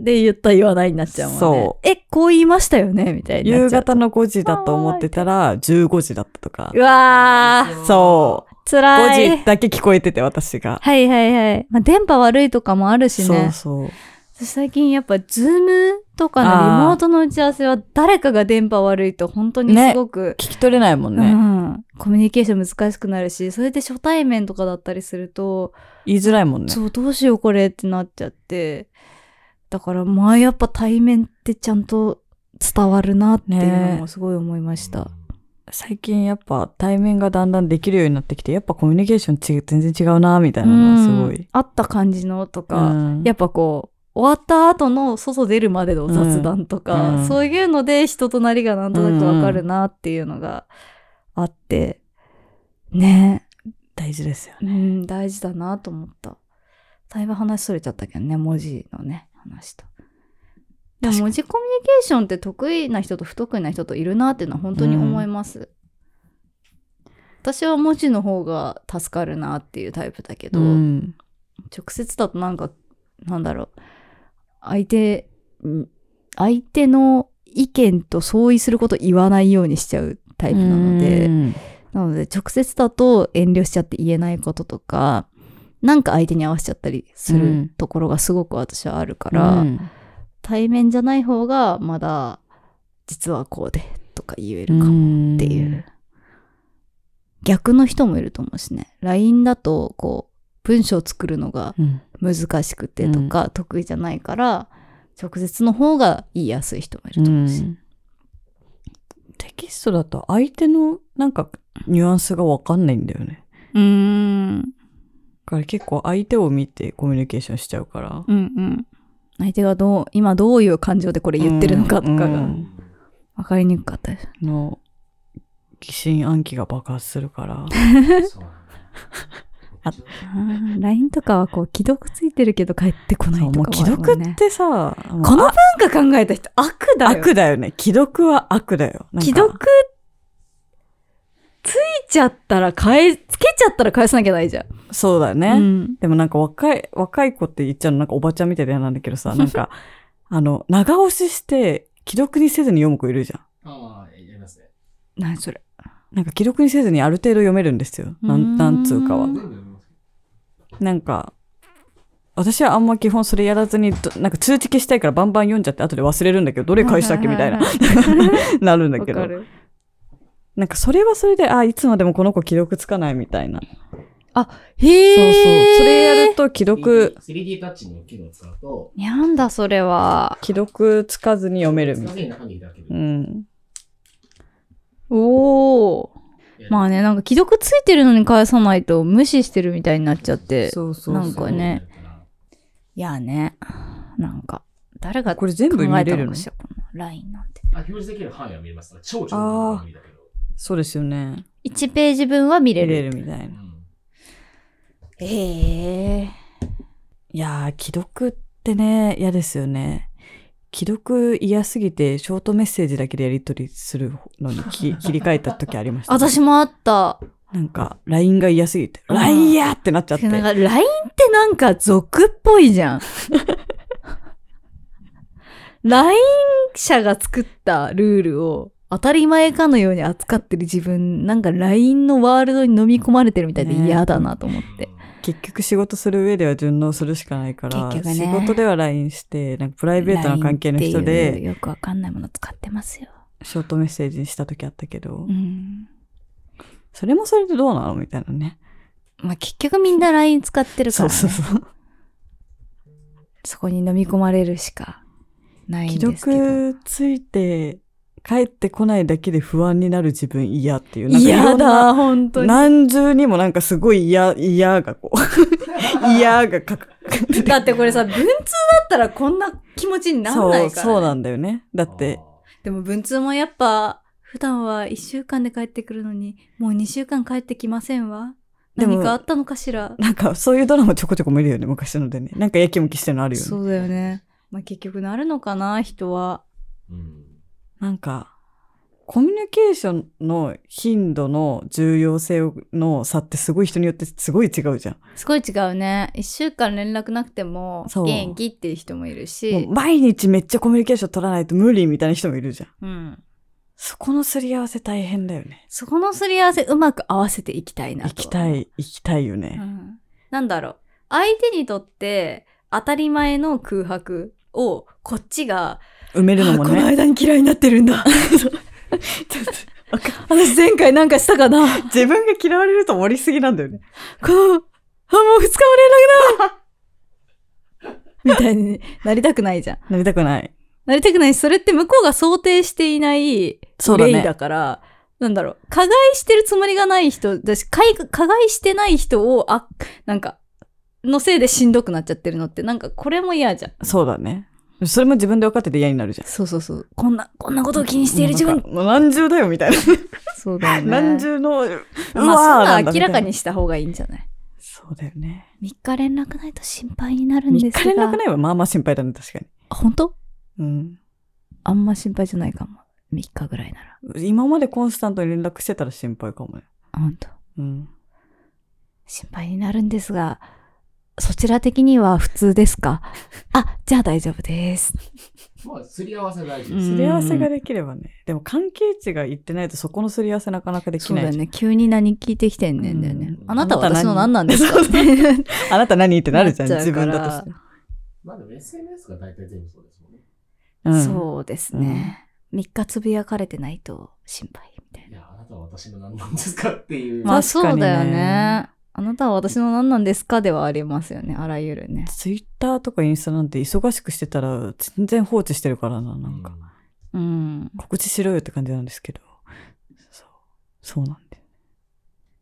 Speaker 1: で、言った言わないになっちゃうもんね。。
Speaker 2: そう
Speaker 1: え、こう言いましたよねみたいになっ
Speaker 2: 夕
Speaker 1: ちゃうと
Speaker 2: 方の5時だと思ってたら、15時だったとか
Speaker 1: う。わー、
Speaker 2: そう。
Speaker 1: 辛い。
Speaker 2: 5時だけ聞こえてて、私が。
Speaker 1: はいはいはい。まあ、電波悪いとかもあるし
Speaker 2: そう
Speaker 1: ね。
Speaker 2: そう。
Speaker 1: 私最近やっぱ、ズームとかのリモートの打ち合わせは、誰かが電波悪いと本当にすごく、
Speaker 2: 聞き取れないもん
Speaker 1: う
Speaker 2: ね。
Speaker 1: ん、コミュニケーション難しくなるし、それで初対面とかだったりすると、
Speaker 2: 言いづらいもんね。
Speaker 1: そう、どうしようこれってなっちゃって、だからまあやっぱ対面ってちゃんと伝わるなっていうのもすごい思いました。
Speaker 2: 最近やっぱ対面がだんだんできるようになってきて、やっぱコミュニケーションち全然違うな、みたいなのはすごい。
Speaker 1: あった感じのとか、
Speaker 2: うん
Speaker 1: やっぱこう終わった後の外出るまでの雑談とか、
Speaker 2: うんうん
Speaker 1: そういうので人となりがなんとなくわかるなっていうのがあって、ね
Speaker 2: 大事ですよね。
Speaker 1: うん大事だなと思っただいぶ話それちゃったけどね文字のね話と。でも
Speaker 2: 確か
Speaker 1: 文
Speaker 2: に
Speaker 1: 字コミュニケーションって得意な人と不得意な人といるなっていうのは本当に思います。私は文字の方が助かるなっていうタイプだけど、
Speaker 2: うん。
Speaker 1: 直接だとなんかなんだろう相手うん相手の意見と相違すること言わないようにしちゃうタイプなので、
Speaker 2: うん
Speaker 1: なので直接だと遠慮しちゃって言えないこととかなんか相手に合わせちゃったりす
Speaker 2: う
Speaker 1: る
Speaker 2: ん
Speaker 1: ところがすごく私はあるから、
Speaker 2: うん
Speaker 1: 対面じゃない方がまだ実はこうでとか言えるかもっていう、
Speaker 2: ん
Speaker 1: 逆の人もいると思うしね LINE だとこう文章を作るのが
Speaker 2: うん
Speaker 1: 難しくてとか、得意じゃないから直接の方が言いやすい人もいると思うし、
Speaker 2: テキストだと相手のなんかニュアンスがわかんないんだよね。
Speaker 1: うーん
Speaker 2: だから結構相手を見てコミュニケーションしちゃうから。
Speaker 1: うんうん相手がどう今どういう感情でこれ言ってるのかとか
Speaker 2: う
Speaker 1: が
Speaker 2: ん
Speaker 1: 分かりにくかったです、
Speaker 2: の疑心暗鬼が爆発するから。
Speaker 3: そう
Speaker 2: あ
Speaker 1: あー LINE とかはこう既読ついてるけど帰ってこない
Speaker 2: そう
Speaker 1: と
Speaker 2: もう
Speaker 1: か
Speaker 2: 既
Speaker 1: もあるも
Speaker 2: 読
Speaker 1: んね
Speaker 2: ってさ、もう
Speaker 1: この文化考えた人悪だよ
Speaker 2: 悪だよね。既読は悪だよ。なんか
Speaker 1: 既読ついちゃったら返つけちゃったら返さなきゃないじゃん、
Speaker 2: そうだね。
Speaker 1: うん、
Speaker 2: でもなんか若い、 若い子って言っちゃうのなんかおばちゃんみたいで嫌なんだけどさ、なんか、あの、長押しして、既読にせずに読む子いるじゃん。
Speaker 3: ああ、やりますね。
Speaker 1: 何それ
Speaker 2: なんか既読にせずにある程度読めるんですよ。な
Speaker 1: うーん
Speaker 2: ん、なんつうかは
Speaker 3: 全。部読みます。
Speaker 2: なんか、私はあんま基本それやらずに、どなんか通知消したいからバンバン読んじゃって、後で忘れるんだけど、どれ返したっけみたいな、 なるんだ
Speaker 1: わ
Speaker 2: け
Speaker 1: か
Speaker 2: ど。
Speaker 1: る
Speaker 2: なんかそれはそれで、あ、いつまでもこの子既読つかないみたいな。
Speaker 1: へえ
Speaker 2: そうそう。それやると既読、
Speaker 3: 3D タッチの機能を使うと、
Speaker 1: なんだそれは
Speaker 2: 既読つかずに読めるみたい
Speaker 3: 常に中身だけで
Speaker 2: な。う。ん。
Speaker 1: おおまあ
Speaker 3: ね、
Speaker 1: ねなんか既読ついてるのに返さないと無視してるみたいになっちゃって
Speaker 2: そうそうそう
Speaker 1: なんかね。いやねなんか誰が
Speaker 2: これ全部見
Speaker 1: 考え
Speaker 2: れ
Speaker 1: た
Speaker 2: る
Speaker 1: の
Speaker 2: の
Speaker 1: かしらこの LINE なんて
Speaker 3: あ、表示できる範囲は見れます。超超の範囲だけど。
Speaker 2: そうですよね。
Speaker 1: 1ページ分は見れ
Speaker 2: 見
Speaker 1: る
Speaker 2: れるみたいな
Speaker 3: う。ん
Speaker 1: へえ
Speaker 2: いやー、既読ってね、嫌ですよね。既読嫌すぎて、ショートメッセージだけでやり取りするのにき切り替えた時あり ました。
Speaker 1: 私もあった
Speaker 2: なんか、LINE が嫌すぎて、
Speaker 1: うん
Speaker 2: LINE 嫌ってなっちゃって。
Speaker 1: なんか LINE ってなんか俗っぽいじゃん LINE 社が作ったルールを当たり前かのように扱ってる自分なんか LINE のワールドに飲み込まれてるみたいで
Speaker 2: ね
Speaker 1: 嫌だなと思って、
Speaker 2: 結局仕事する上では順応するしかないから、
Speaker 1: 結局ね
Speaker 2: 仕事では LINE して、なんかプライベートな関係の
Speaker 1: LINE
Speaker 2: 人
Speaker 1: ってい
Speaker 2: で、
Speaker 1: うよくわかんないもの使ってますよ、
Speaker 2: ショートメッセージにした時あったけど、
Speaker 1: うん
Speaker 2: それもそれでどうなのみたいなね。
Speaker 1: まあ、結局みんな LINE 使ってるか
Speaker 2: そ
Speaker 1: ら、
Speaker 2: う
Speaker 1: ね、
Speaker 2: そうそう。
Speaker 1: そこに飲み込まれるしかないん
Speaker 2: 既
Speaker 1: ですけど
Speaker 2: 読ついて帰ってこないだけで不安になる自分嫌っていう。なんかいろ
Speaker 1: 嫌
Speaker 2: んな
Speaker 1: だ本当に
Speaker 2: 何重にもなんかすごい嫌、嫌がこう。 嫌がかかって
Speaker 1: だってこれさ、文通だったらこんな気持ちにならないから、
Speaker 2: そう、そう
Speaker 1: だ。
Speaker 2: なんだよね。だって、、
Speaker 1: でも文通もやっぱ、普段は1週間で帰ってくるのに、もう2週間帰ってきませんわ。
Speaker 2: でも
Speaker 1: 何かあったのかしら。
Speaker 2: なんかそういうドラマちょこちょこ見るよね、昔のでね。なんかやきもきしてるのあるよね。
Speaker 1: そうだよね。まあ結局なるのかな、人は。
Speaker 3: うん
Speaker 2: なんか、コミュニケーションの頻度の重要性の差ってすごい人によってすごい違うじゃん。
Speaker 1: すごい違うね。1週間連絡なくても、
Speaker 2: そう
Speaker 1: 元気っていう人もいる
Speaker 2: も
Speaker 1: し
Speaker 2: う。毎日めっちゃコミュニケーション取らないと無理みたいな人もいるじゃん。
Speaker 1: うん。
Speaker 2: そこのすり合わせ大変だよね。
Speaker 1: そこのすり合わせ、うまく合わせていきたいな
Speaker 2: 行
Speaker 1: と。
Speaker 2: きたい、行きたいよ
Speaker 1: う
Speaker 2: ね。
Speaker 1: んなんだろう相手にとって当たり前の空白をこっちが、
Speaker 2: 埋めるのも
Speaker 1: あこの
Speaker 2: ね。
Speaker 1: 間に嫌いになってるんだ私前回なんかしたかな
Speaker 2: 自分が嫌われると盛りすぎなんだよね。
Speaker 1: このあもう二日も連絡だみたいになりたくないじゃん
Speaker 2: なりたくない。
Speaker 1: なりたくないしそれって向こうが想定していない
Speaker 2: そうだね
Speaker 1: 例だからなんだろう加害してるつもりがない人だし加害加害してない人をあなんかのせいでしんどくなっちゃってるのってなんかこれも嫌じゃん
Speaker 2: そうだね。それも自分で分かってて嫌になるじゃん。
Speaker 1: そうそうそう。こんな、こんなことを気にしている自分。
Speaker 2: もうなんかもう何重だよみたいな。
Speaker 1: そうだよね。
Speaker 2: 何重の、うわー
Speaker 1: まあ、そ
Speaker 2: なんん
Speaker 1: な
Speaker 2: だ
Speaker 1: 明らかに
Speaker 2: み
Speaker 1: した方がいいんじゃない
Speaker 2: たいなそうだよね。
Speaker 1: ?3 日連絡ないと心配になるん
Speaker 2: 3
Speaker 1: ですが。
Speaker 2: 日連絡ないはまあまあ心配だね、確かに。
Speaker 1: 本当
Speaker 2: うん。
Speaker 1: あんま心配じゃないかも。3日ぐらいなら。
Speaker 2: 今までコンスタントに連絡してたら心配かもね。
Speaker 1: あ本当
Speaker 2: うん。
Speaker 1: 心配になるんですが、そちら的には普通です かあ、じゃあ大丈夫です。
Speaker 3: まあ、すり合わせ大事
Speaker 1: う
Speaker 3: で
Speaker 1: ん
Speaker 3: す。
Speaker 2: すり合わせができればね。でも関係値がいってないとそこのすり合わせなかなかでき
Speaker 1: そう
Speaker 2: ない
Speaker 1: だ
Speaker 2: じゃ
Speaker 1: よね。
Speaker 2: ん。
Speaker 1: 急に何聞いてきてんねんだよね。
Speaker 3: うん
Speaker 1: あなたは
Speaker 2: あなた
Speaker 1: 私の何
Speaker 2: 何
Speaker 1: なんですか
Speaker 2: あなた何ってなるじゃん、
Speaker 1: なっちゃ
Speaker 2: 自
Speaker 1: うから
Speaker 2: 分だとして。
Speaker 3: まあでも SNS が大体全部そうですもんね。
Speaker 2: う ん
Speaker 1: そうですね。3日つぶやかれてないと心配みたいな。
Speaker 3: いや、あなたは私の何なんですかっていう。
Speaker 1: まあ
Speaker 2: 確か
Speaker 1: そう
Speaker 2: にね
Speaker 1: だよね。あなたは私の何なんですかではありますよね。あらゆるね。
Speaker 2: ツイッターとかインスタなんて忙しくしてたら全然放置してるからな、なんか。
Speaker 1: うん。
Speaker 2: 告知しろよって感じなんですけど。そう。そうなんで。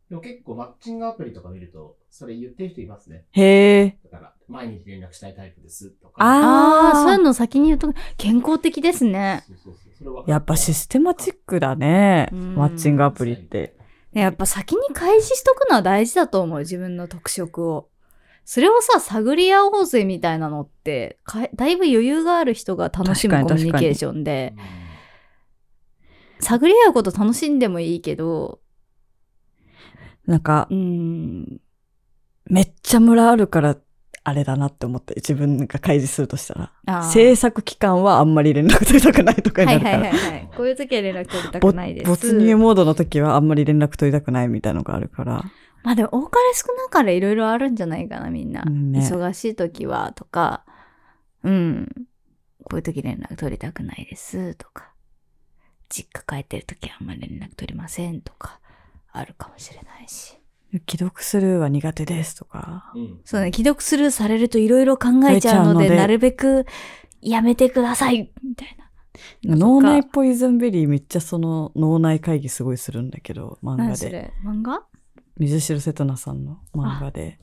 Speaker 3: でも結構マッチングアプリとか見ると、それ言ってる人いますね。
Speaker 2: へえ。
Speaker 3: だから、毎日連絡したいタイプですとか。
Speaker 2: あー
Speaker 1: ああ、そういうの先に言うと健康的ですね。
Speaker 3: そうそうそうそれ分かる
Speaker 2: やっぱシステマチックだね。
Speaker 1: うん
Speaker 2: マッチングアプリって。
Speaker 1: やっぱ先に開始しとくのは大事だと思う。自分の特色を。それをさ、探り合おうぜみたいなのって、かいだいぶ余裕がある人が楽しむ
Speaker 2: 確
Speaker 1: コ
Speaker 2: か
Speaker 1: ミュ
Speaker 2: に
Speaker 1: ニ
Speaker 2: 確かに
Speaker 1: ケーションで
Speaker 3: う、ん
Speaker 1: 探り合うこと楽しんでもいいけど、
Speaker 2: なんか
Speaker 1: う、ん、
Speaker 2: めっちゃ村あるからあれだなって思って、自分が開示するとしたら。
Speaker 1: あー
Speaker 2: 制作期間はあんまり連絡取りたくないとかに
Speaker 1: は
Speaker 2: ないるか
Speaker 1: はいは い
Speaker 2: ら。
Speaker 1: はい。こういう時は連絡取りた
Speaker 2: ぼ
Speaker 1: くないです。
Speaker 2: 没入モードの時はあんまり連絡取りたくないみたいのがあるから。
Speaker 1: まあでも多かれ少なかれいろいろあるんじゃないかなみんな、
Speaker 2: うんね
Speaker 1: 忙しい時はとかうんこういう時連絡取りたくないですとか実家帰ってる時はあんまり連絡取りませんとかあるかもしれないし
Speaker 2: 既読スルーは苦手ですとか。
Speaker 3: うん。
Speaker 1: そうね既読スルーされるといろいろ考えちゃうので
Speaker 2: 増えちゃうので
Speaker 1: なるべくやめてくださいみたいな
Speaker 2: 脳内っ
Speaker 1: とか
Speaker 2: ぽいズンベリーめっちゃその脳内会議すごいするんだけど、漫画
Speaker 1: 何そ
Speaker 2: で。
Speaker 1: れ漫画
Speaker 2: 水城瀬戸那さんの漫画で。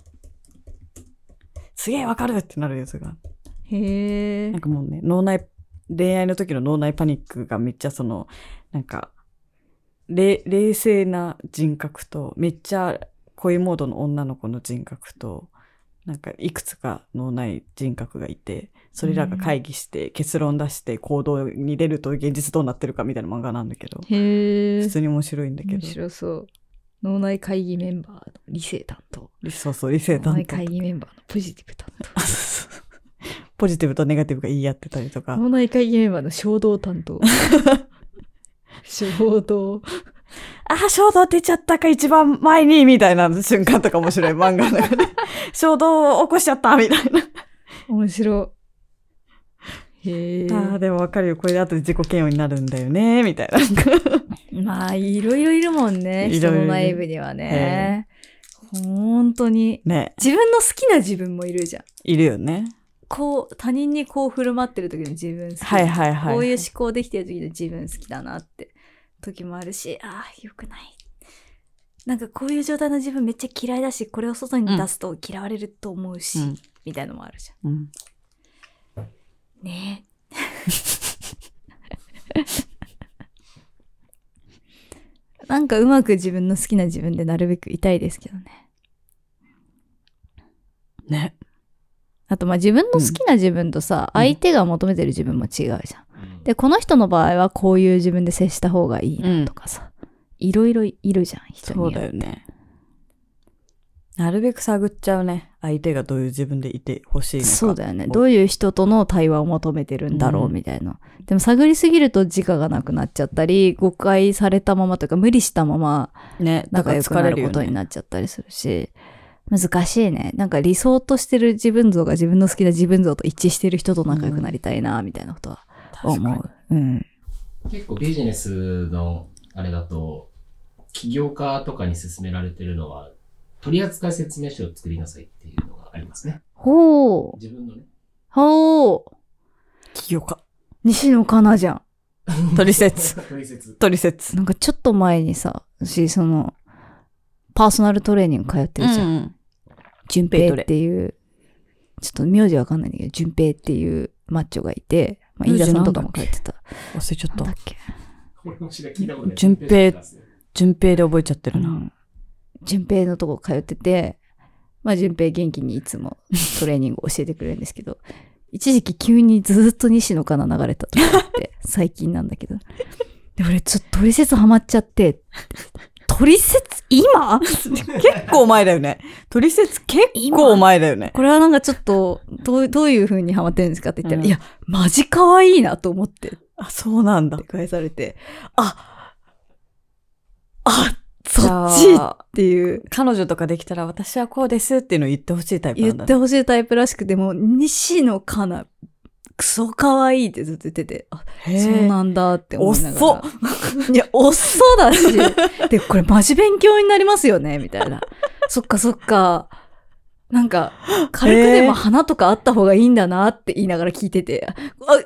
Speaker 2: すげえわかるってなるやつが。
Speaker 1: へえ
Speaker 2: なんかもうね、脳内、恋愛の時の脳内パニックがめっちゃその、なんか、れ冷静な人格と、めっちゃ恋モードの女の子の人格と、なんかいくつか脳内人格がいて、それらが会議して結論出して行動に出ると現実どうなってるかみたいな漫画なんだけど、
Speaker 1: へ
Speaker 2: 普
Speaker 1: え
Speaker 2: 通に面白いんだけ
Speaker 1: 面
Speaker 2: ど、
Speaker 1: 白そう脳内会議メンバーの理性担当
Speaker 2: そうそう、理性担当
Speaker 1: 会。議メンバーのポジティブ担
Speaker 2: ポジティブとネガティブが言い合ってたりと
Speaker 1: 当。
Speaker 2: か、
Speaker 1: 脳内会議メンバーの衝動担 当。衝動。
Speaker 2: あー、衝動出ちゃったか、一番前に、みたいな瞬間とか面白い漫画の中 で。衝動を起こしちゃった、みたいな。
Speaker 1: 面白い。へえ。
Speaker 2: あーでもわかるよ。これで後で自己嫌悪になるんだよね、みたいな。
Speaker 1: まあ、いろいろいるもんね。
Speaker 2: い
Speaker 1: 人
Speaker 2: ろいろい
Speaker 1: の
Speaker 2: る
Speaker 1: 内部にはね。本当に。
Speaker 2: ね、
Speaker 1: 自分の好きな自分もいるじゃん。
Speaker 2: いるよね。
Speaker 1: こう、他人にこう振る舞ってる時の自分好き。
Speaker 2: はいはいはい。
Speaker 1: こういう思考できてる時の自分好きだなって時もあるし、ああ、よくない。なんかこういう状態の自分めっちゃ嫌いだし、これを外に出すと嫌われると思うし、
Speaker 2: うん
Speaker 1: みたいのもあるじゃ
Speaker 2: うん。
Speaker 1: ん。 ねえ。なんかうまく自分の好きな自分でなるべくいたいですけどね。
Speaker 2: ね。
Speaker 1: あとまあ自分の好きな自分とさ、
Speaker 2: うん
Speaker 1: 相手が求めてる自分も違うじゃん。で、この人の場合はこういう自分で接した方がいいなとかさ、いろいろいるじゃん、人に
Speaker 2: そうだよね。なるべく探っちゃうね。相手がどういう自分でいてほしいのか。
Speaker 1: そうだよね。どういう人との対話を求めてるんだろう
Speaker 2: うん
Speaker 1: みたいな。でも探りすぎると自我がなくなっちゃったり、誤解されたままというか無理したまま
Speaker 2: ね。だか
Speaker 1: 仲
Speaker 2: ら
Speaker 1: 良くな
Speaker 2: 疲れ
Speaker 1: る
Speaker 2: るよ、
Speaker 1: こ
Speaker 2: ね。
Speaker 1: とになっちゃったりするし、難しいね。なんか理想としてる自分像が自分の好きな自分像と一致してる人と仲良くなりたいな、みたいなことは
Speaker 2: 確か
Speaker 1: 思
Speaker 2: に
Speaker 1: う。うん。
Speaker 3: 結構ビジネスのあれだと、起業家とかに勧められてるのは、取扱説明書を作りなさいっていうのがありますね。
Speaker 1: ほう。
Speaker 3: 自分 のね。
Speaker 1: ほう。
Speaker 2: 企業家。
Speaker 1: 西野カナじゃん。
Speaker 2: 取説。
Speaker 3: 取説。
Speaker 2: 取説。
Speaker 1: なんかちょっと前にさ、私、その、パーソナルトレーニング通ってるじゃん。
Speaker 2: ん。
Speaker 1: 淳
Speaker 2: ペイト
Speaker 1: 平
Speaker 2: レ
Speaker 1: っていう、ちょっと名字わかんないんだけど、淳平っていうマッチョがいて、まあ、飯田さんとかも通ってた。
Speaker 2: 忘れちゃ
Speaker 1: な
Speaker 2: っ
Speaker 1: んだ
Speaker 2: た
Speaker 1: っ。け
Speaker 3: 俺も知ら聞いたことない。
Speaker 2: 順平順平で覚えちゃって
Speaker 1: う
Speaker 2: るな。
Speaker 1: ん。淳平のとこ通ってて、まあ、淳平元気にいつ もトレーニングを教えてくれるんですけど、一時期急にずっと西野カナ流れたとか って、最近なんだけど。で、俺ちょっとトリセツハマっちゃって、トリセツ今
Speaker 2: 結構前だよね。取説結構前だよね。
Speaker 1: これはなんかちょっと、どう、どういう風にハマってるんですかって言ったら、
Speaker 2: うん
Speaker 1: いや、マジ可愛いなと思って、
Speaker 2: あ、そうなんだ。
Speaker 1: 返されて、あ、あ、そっちっていう、
Speaker 2: 彼女とかできたら私はこうですっていうのを言ってほしいタイプな
Speaker 1: 言
Speaker 2: んだ
Speaker 1: って
Speaker 2: ね。
Speaker 1: ほしいタイプらしくて、もう、西野カナ、クソ可愛いってずっと言ってて、あ、
Speaker 2: へー
Speaker 1: そうなんだって思いながら。
Speaker 2: 遅っ
Speaker 1: いや、おっ そだ し、で、これマジ勉強になりますよね、みた いな。そっかそっか。なんか、軽くで
Speaker 2: へー
Speaker 1: も花とかあった方がいいんだなって言いながら聞いてて、あ、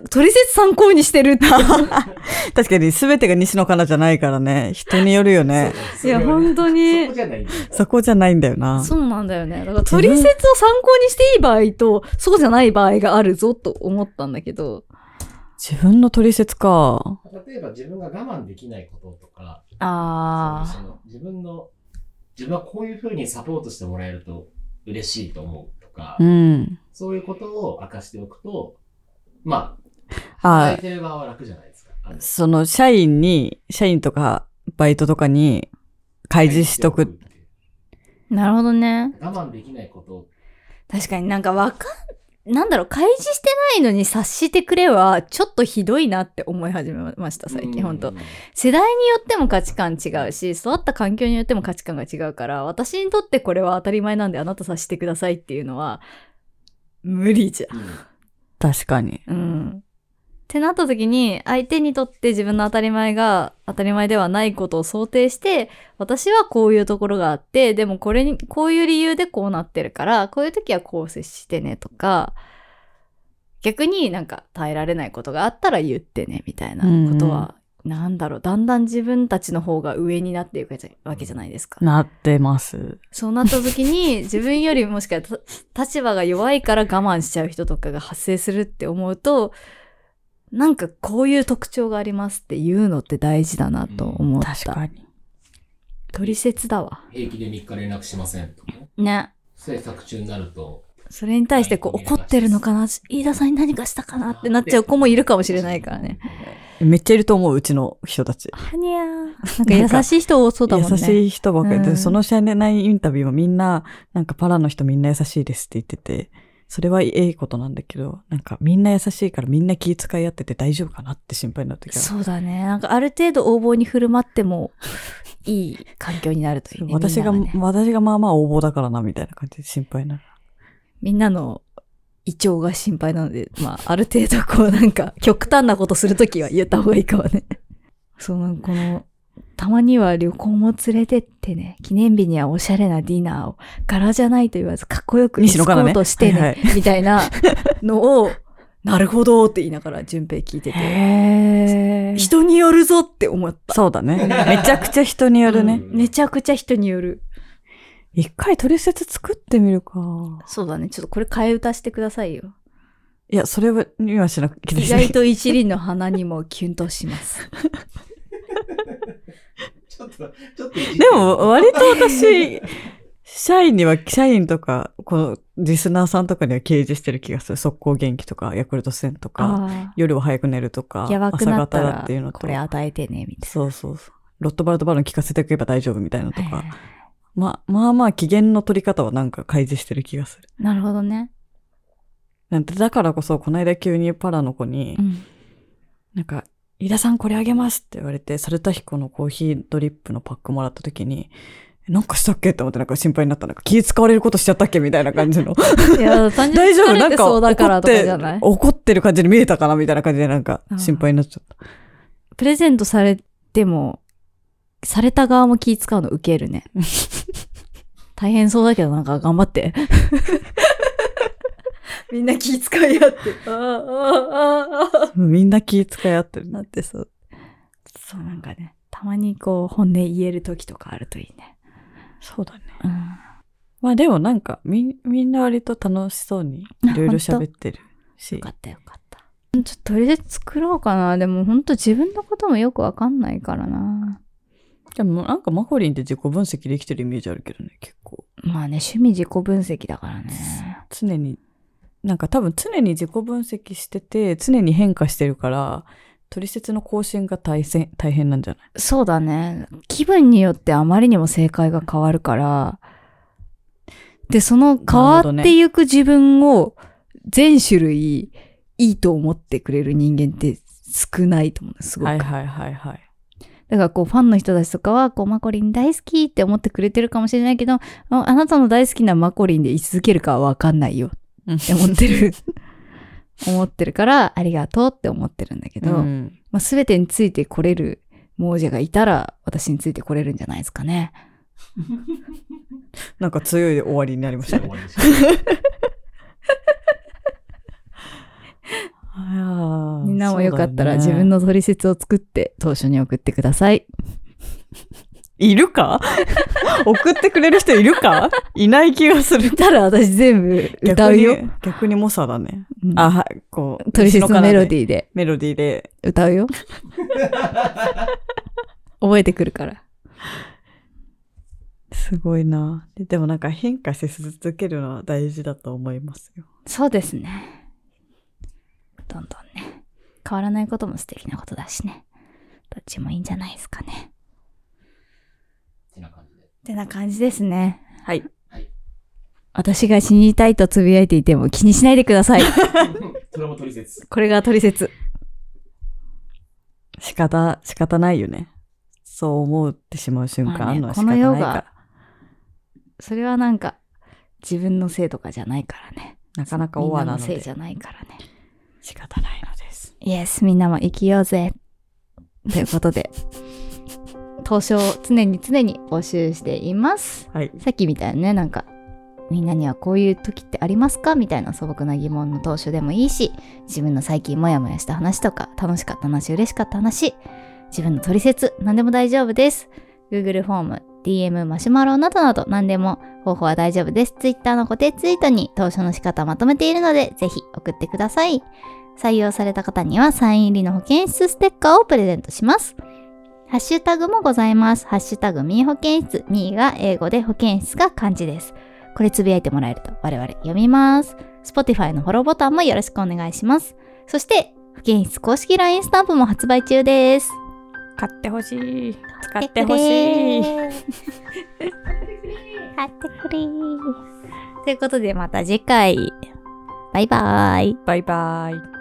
Speaker 1: 取説参考にしてるって。
Speaker 2: 確かに全てが西野カナじゃないからね。人によるよね。
Speaker 1: いや、本当
Speaker 3: そ
Speaker 1: に
Speaker 3: こ。じゃないんだよ。
Speaker 2: そこじゃないんだよな。
Speaker 1: そうなんだよね。だから、取説を参考にしていい場合と、そうじゃない場合があるぞと思ったんだけど。
Speaker 2: 自分の取説か。
Speaker 3: 例えば自分が我慢できないこととか、
Speaker 1: あ
Speaker 3: その自分の、自分はこういうふうにサポートしてもらえると嬉しいと思うとか、
Speaker 2: うん。
Speaker 3: そういうことを明かしておくと、まあ、
Speaker 2: あ
Speaker 3: 相、手側は楽じゃないですか。あの
Speaker 2: その社員に、社員とかバイトとかに開示しとく。。
Speaker 1: なるほどね。
Speaker 3: 我慢できないこと
Speaker 1: 確かになんかわかん、なんだろう、開示してないのに察してくれは、ちょっとひどいなって思い始めました、最近、本当世代によっても価値観違うし育った環境によっても価値観が違うから私にとってこれは当たり前なんであなたさしてくださいっていうのは無理じゃ
Speaker 3: うん
Speaker 2: 確かに。
Speaker 1: ん。うん、ってなった時に相手にとって自分の当たり前が当たり前ではないことを想定して私はこういうところがあってでもこれにこういう理由でこうなってるからこういう時はこう接してねとか逆になんか耐えられないことがあったら言ってねみたいなことは、なんだろうだんだん自分たちの方が上になっていくわけじゃないですか。
Speaker 2: なってます。
Speaker 1: そうなった時に自分よりもしかしたらた立場が弱いから我慢しちゃう人とかが発生するって思うとなんかこういう特徴がありますっていうのって大事だなと思った。
Speaker 2: 確かに。
Speaker 1: 取説だわ。
Speaker 3: 平気で3日連絡しませんとかね。
Speaker 1: ね。
Speaker 3: 制作中になると、
Speaker 1: それに対してこう怒ってるのかな飯田さんに何かしたかなってなっちゃう子もいるかもしれないからね。。
Speaker 2: めっちゃいると思う、うちの人たち。
Speaker 1: はにゃー。なんか優しい人多そうだもんね。
Speaker 2: 優しい人ばっかりで、
Speaker 1: うん
Speaker 2: その社内インタビューもみんな、なんかパラの人みんな優しいですって言ってて、それはええことなんだけど、なんかみんな優しいからみんな気遣い合ってて大丈夫かなって心配になるとき
Speaker 1: そうだね。なんかある程度横暴に振る舞ってもいい環境になるといいね。
Speaker 2: 私が、
Speaker 1: みんなね
Speaker 2: 私がまあまあ応募だからな、みたいな感じで心配になる。
Speaker 1: みんなの胃腸が心配なので、まあ、ある程度こうなんか 極端なことするときは言った方がいいかもね。 その、この、たまには旅行も連れてってね、記念日にはおしゃれなディナーを、柄じゃないと言わずかっこよくエ
Speaker 2: 西
Speaker 1: ス
Speaker 2: 野
Speaker 1: コ
Speaker 2: カナね
Speaker 1: ートしてね、
Speaker 2: はい
Speaker 1: みたいなのを、なるほどって言いながら順平聞いてて、
Speaker 2: へ
Speaker 1: 人によるぞって思った。
Speaker 2: そうだね。めちゃくちゃ人によるね。
Speaker 1: うんめちゃくちゃ人による。
Speaker 2: 一回トリセツ作ってみるか。
Speaker 1: そうだね。ちょっとこれ替え歌してくださいよ。
Speaker 2: いや、それは、にはしなくていいで
Speaker 1: 意
Speaker 2: すね
Speaker 1: 外と一輪の花にもキュンとします。
Speaker 3: ちょっと、ちょっといじって
Speaker 2: でも、、割と私、社員には、社員とか、この、リスナーさんとかには掲示してる気がする。速攻元気とか、ヤクルト戦とか、
Speaker 1: あ
Speaker 2: 夜は早く寝るとか、
Speaker 1: あ。やばくなった
Speaker 2: 朝方だ
Speaker 1: ら
Speaker 2: っていうの、と
Speaker 1: これ与えてね、みたい
Speaker 2: そうそうそう。ロットバルトバロン聞かせておけば大丈夫みたいなのと
Speaker 1: な。はい
Speaker 2: か
Speaker 1: は、
Speaker 2: まあまあまあ、機嫌の取り方はなんか開示してる気がする。
Speaker 1: いなるほどね。
Speaker 2: なんで、だからこそ、この間急にパラの子に、
Speaker 1: うん。
Speaker 2: なんか、飯田さんこれあげますって言われて、サルタヒコのコーヒードリップのパックもらった時に、えなんかしたっけって思ってなんか心配になった。なんか気使われることしちゃったっけみたいな 感じの。
Speaker 1: いや、単純
Speaker 2: 大
Speaker 1: に
Speaker 2: 丈夫
Speaker 1: 疲
Speaker 2: な
Speaker 1: れ
Speaker 2: ん
Speaker 1: て
Speaker 2: か
Speaker 1: そう
Speaker 2: 怒
Speaker 1: だから
Speaker 2: っ
Speaker 1: とかじ
Speaker 2: て
Speaker 1: ゃない、
Speaker 2: 怒ってる感じに見えたかなみたいな感じでなんか心配になっちゃった。
Speaker 1: プレゼントされても、された側も気使うの受け るね。大変そうだけど、なんか頑張 って。みんな気遣い合って。ああ、ああ、ああ。
Speaker 2: みんな気使い合ってる。
Speaker 1: なってそう。そう、なんかね、たまにこう、本音言える時とかあるといいね。
Speaker 2: そうだね。
Speaker 1: うん。
Speaker 2: まあでもなんかみ、みんな割と楽しそうにいろいろ喋ってるし
Speaker 1: よか。ったよかった。ちょっととりあえず作ろうかな。でもほんと自分のこともよくわかんないからな。
Speaker 2: でもなんかマコリンって自己分析できてるイメージあるけどね、結構。
Speaker 1: まあね、趣味自己分析だからね。
Speaker 2: 常になんか多分常に自己分析してて常に変化してるから取説の更新が大変大変なんじゃない
Speaker 1: そうだね。気分によってあまりにも正解が変わるから。で、その変わ
Speaker 2: なるほど
Speaker 1: って
Speaker 2: ね
Speaker 1: いく自分を全種類いいと思ってくれる人間って少ないと思うすごく。
Speaker 2: はいはいはいはい
Speaker 1: だからこうファンの人たちとかはこうマコリン大好きって思ってくれてるかもしれないけどああなたの大好きなマコリンで居続けるかは分かんないよって思って る思ってるからありがとうって思ってるんだけど、
Speaker 2: うん
Speaker 1: まあ、全てについてこれる亡者がいたら私についてこれるんじゃないですかね。
Speaker 2: なんか強いで終わりになり ました
Speaker 3: 終
Speaker 2: ね
Speaker 3: わりにします
Speaker 1: みんなもよかったら自分
Speaker 2: の
Speaker 1: の取説を作って当初に送ってください。
Speaker 2: いる か送ってくれる人いるかいない気がする
Speaker 1: いたら私全部歌
Speaker 2: 逆
Speaker 1: う
Speaker 2: に
Speaker 1: よ。
Speaker 2: 逆にモサだね、
Speaker 1: うん
Speaker 2: あはいこう
Speaker 1: 取説のメロデ
Speaker 2: ィ
Speaker 1: ィーで
Speaker 2: メロディーで
Speaker 1: 歌うよ。 覚えてくるから。
Speaker 2: すごいなででもなんか変化し続けるのは大事だと思いますよ
Speaker 1: そうですね。どんどんね。変わらないことも素敵なことだしね。どっちもいいんじゃないですかね。
Speaker 3: てな感じで。
Speaker 1: ってな感じですね。
Speaker 2: はい
Speaker 3: はい。
Speaker 1: 私が死にたいとつぶやいていても気にしないでください。
Speaker 3: それも取説。
Speaker 1: これがトリセツ。
Speaker 2: 仕方、仕方ないよね。そう思ってしまう瞬間
Speaker 1: まあ
Speaker 2: あ
Speaker 1: ね
Speaker 2: るのは仕方ないか
Speaker 1: この世が
Speaker 2: ら。
Speaker 1: それはなんか、自分のせいとかじゃないからね。
Speaker 2: なかなかオアなの
Speaker 1: みんなのせい
Speaker 2: で
Speaker 1: じゃないからね。
Speaker 2: 仕方ないのです。
Speaker 1: イエス、みんなも生きようぜ。ということで、投書を常に常に募集しています。
Speaker 2: はい。
Speaker 1: さっきみたいなね、なんか、みんなにはこういう時ってありますかみたいな素朴な疑問の投書でもいいし、自分の最近モヤモヤした話とか、楽しかった話、嬉しかった話、自分の取説、何でも大丈夫です。Google フォーム、DM、マシュマロなどなど何でも方法は大丈夫です。Twitter の固定ツイートに投書の仕方まとめているので、ぜひ送ってください。採用された方にはサイン入りの保健室ステッカーをプレゼントします。ハッシュタグもございます。ハッシュタグミー保健室。ミーが英語で保健室が漢字です。これつぶやいてもらえると我々読みます。Spotify のフォローボタンもよろしくお願いします。そして、保健室公式 LINE スタンプも発売中です。
Speaker 2: 買ってほしい。使
Speaker 1: 買
Speaker 2: ってほしい。
Speaker 1: 買ってくれ ということでまた次回。バイバーイ。
Speaker 2: バイバイ。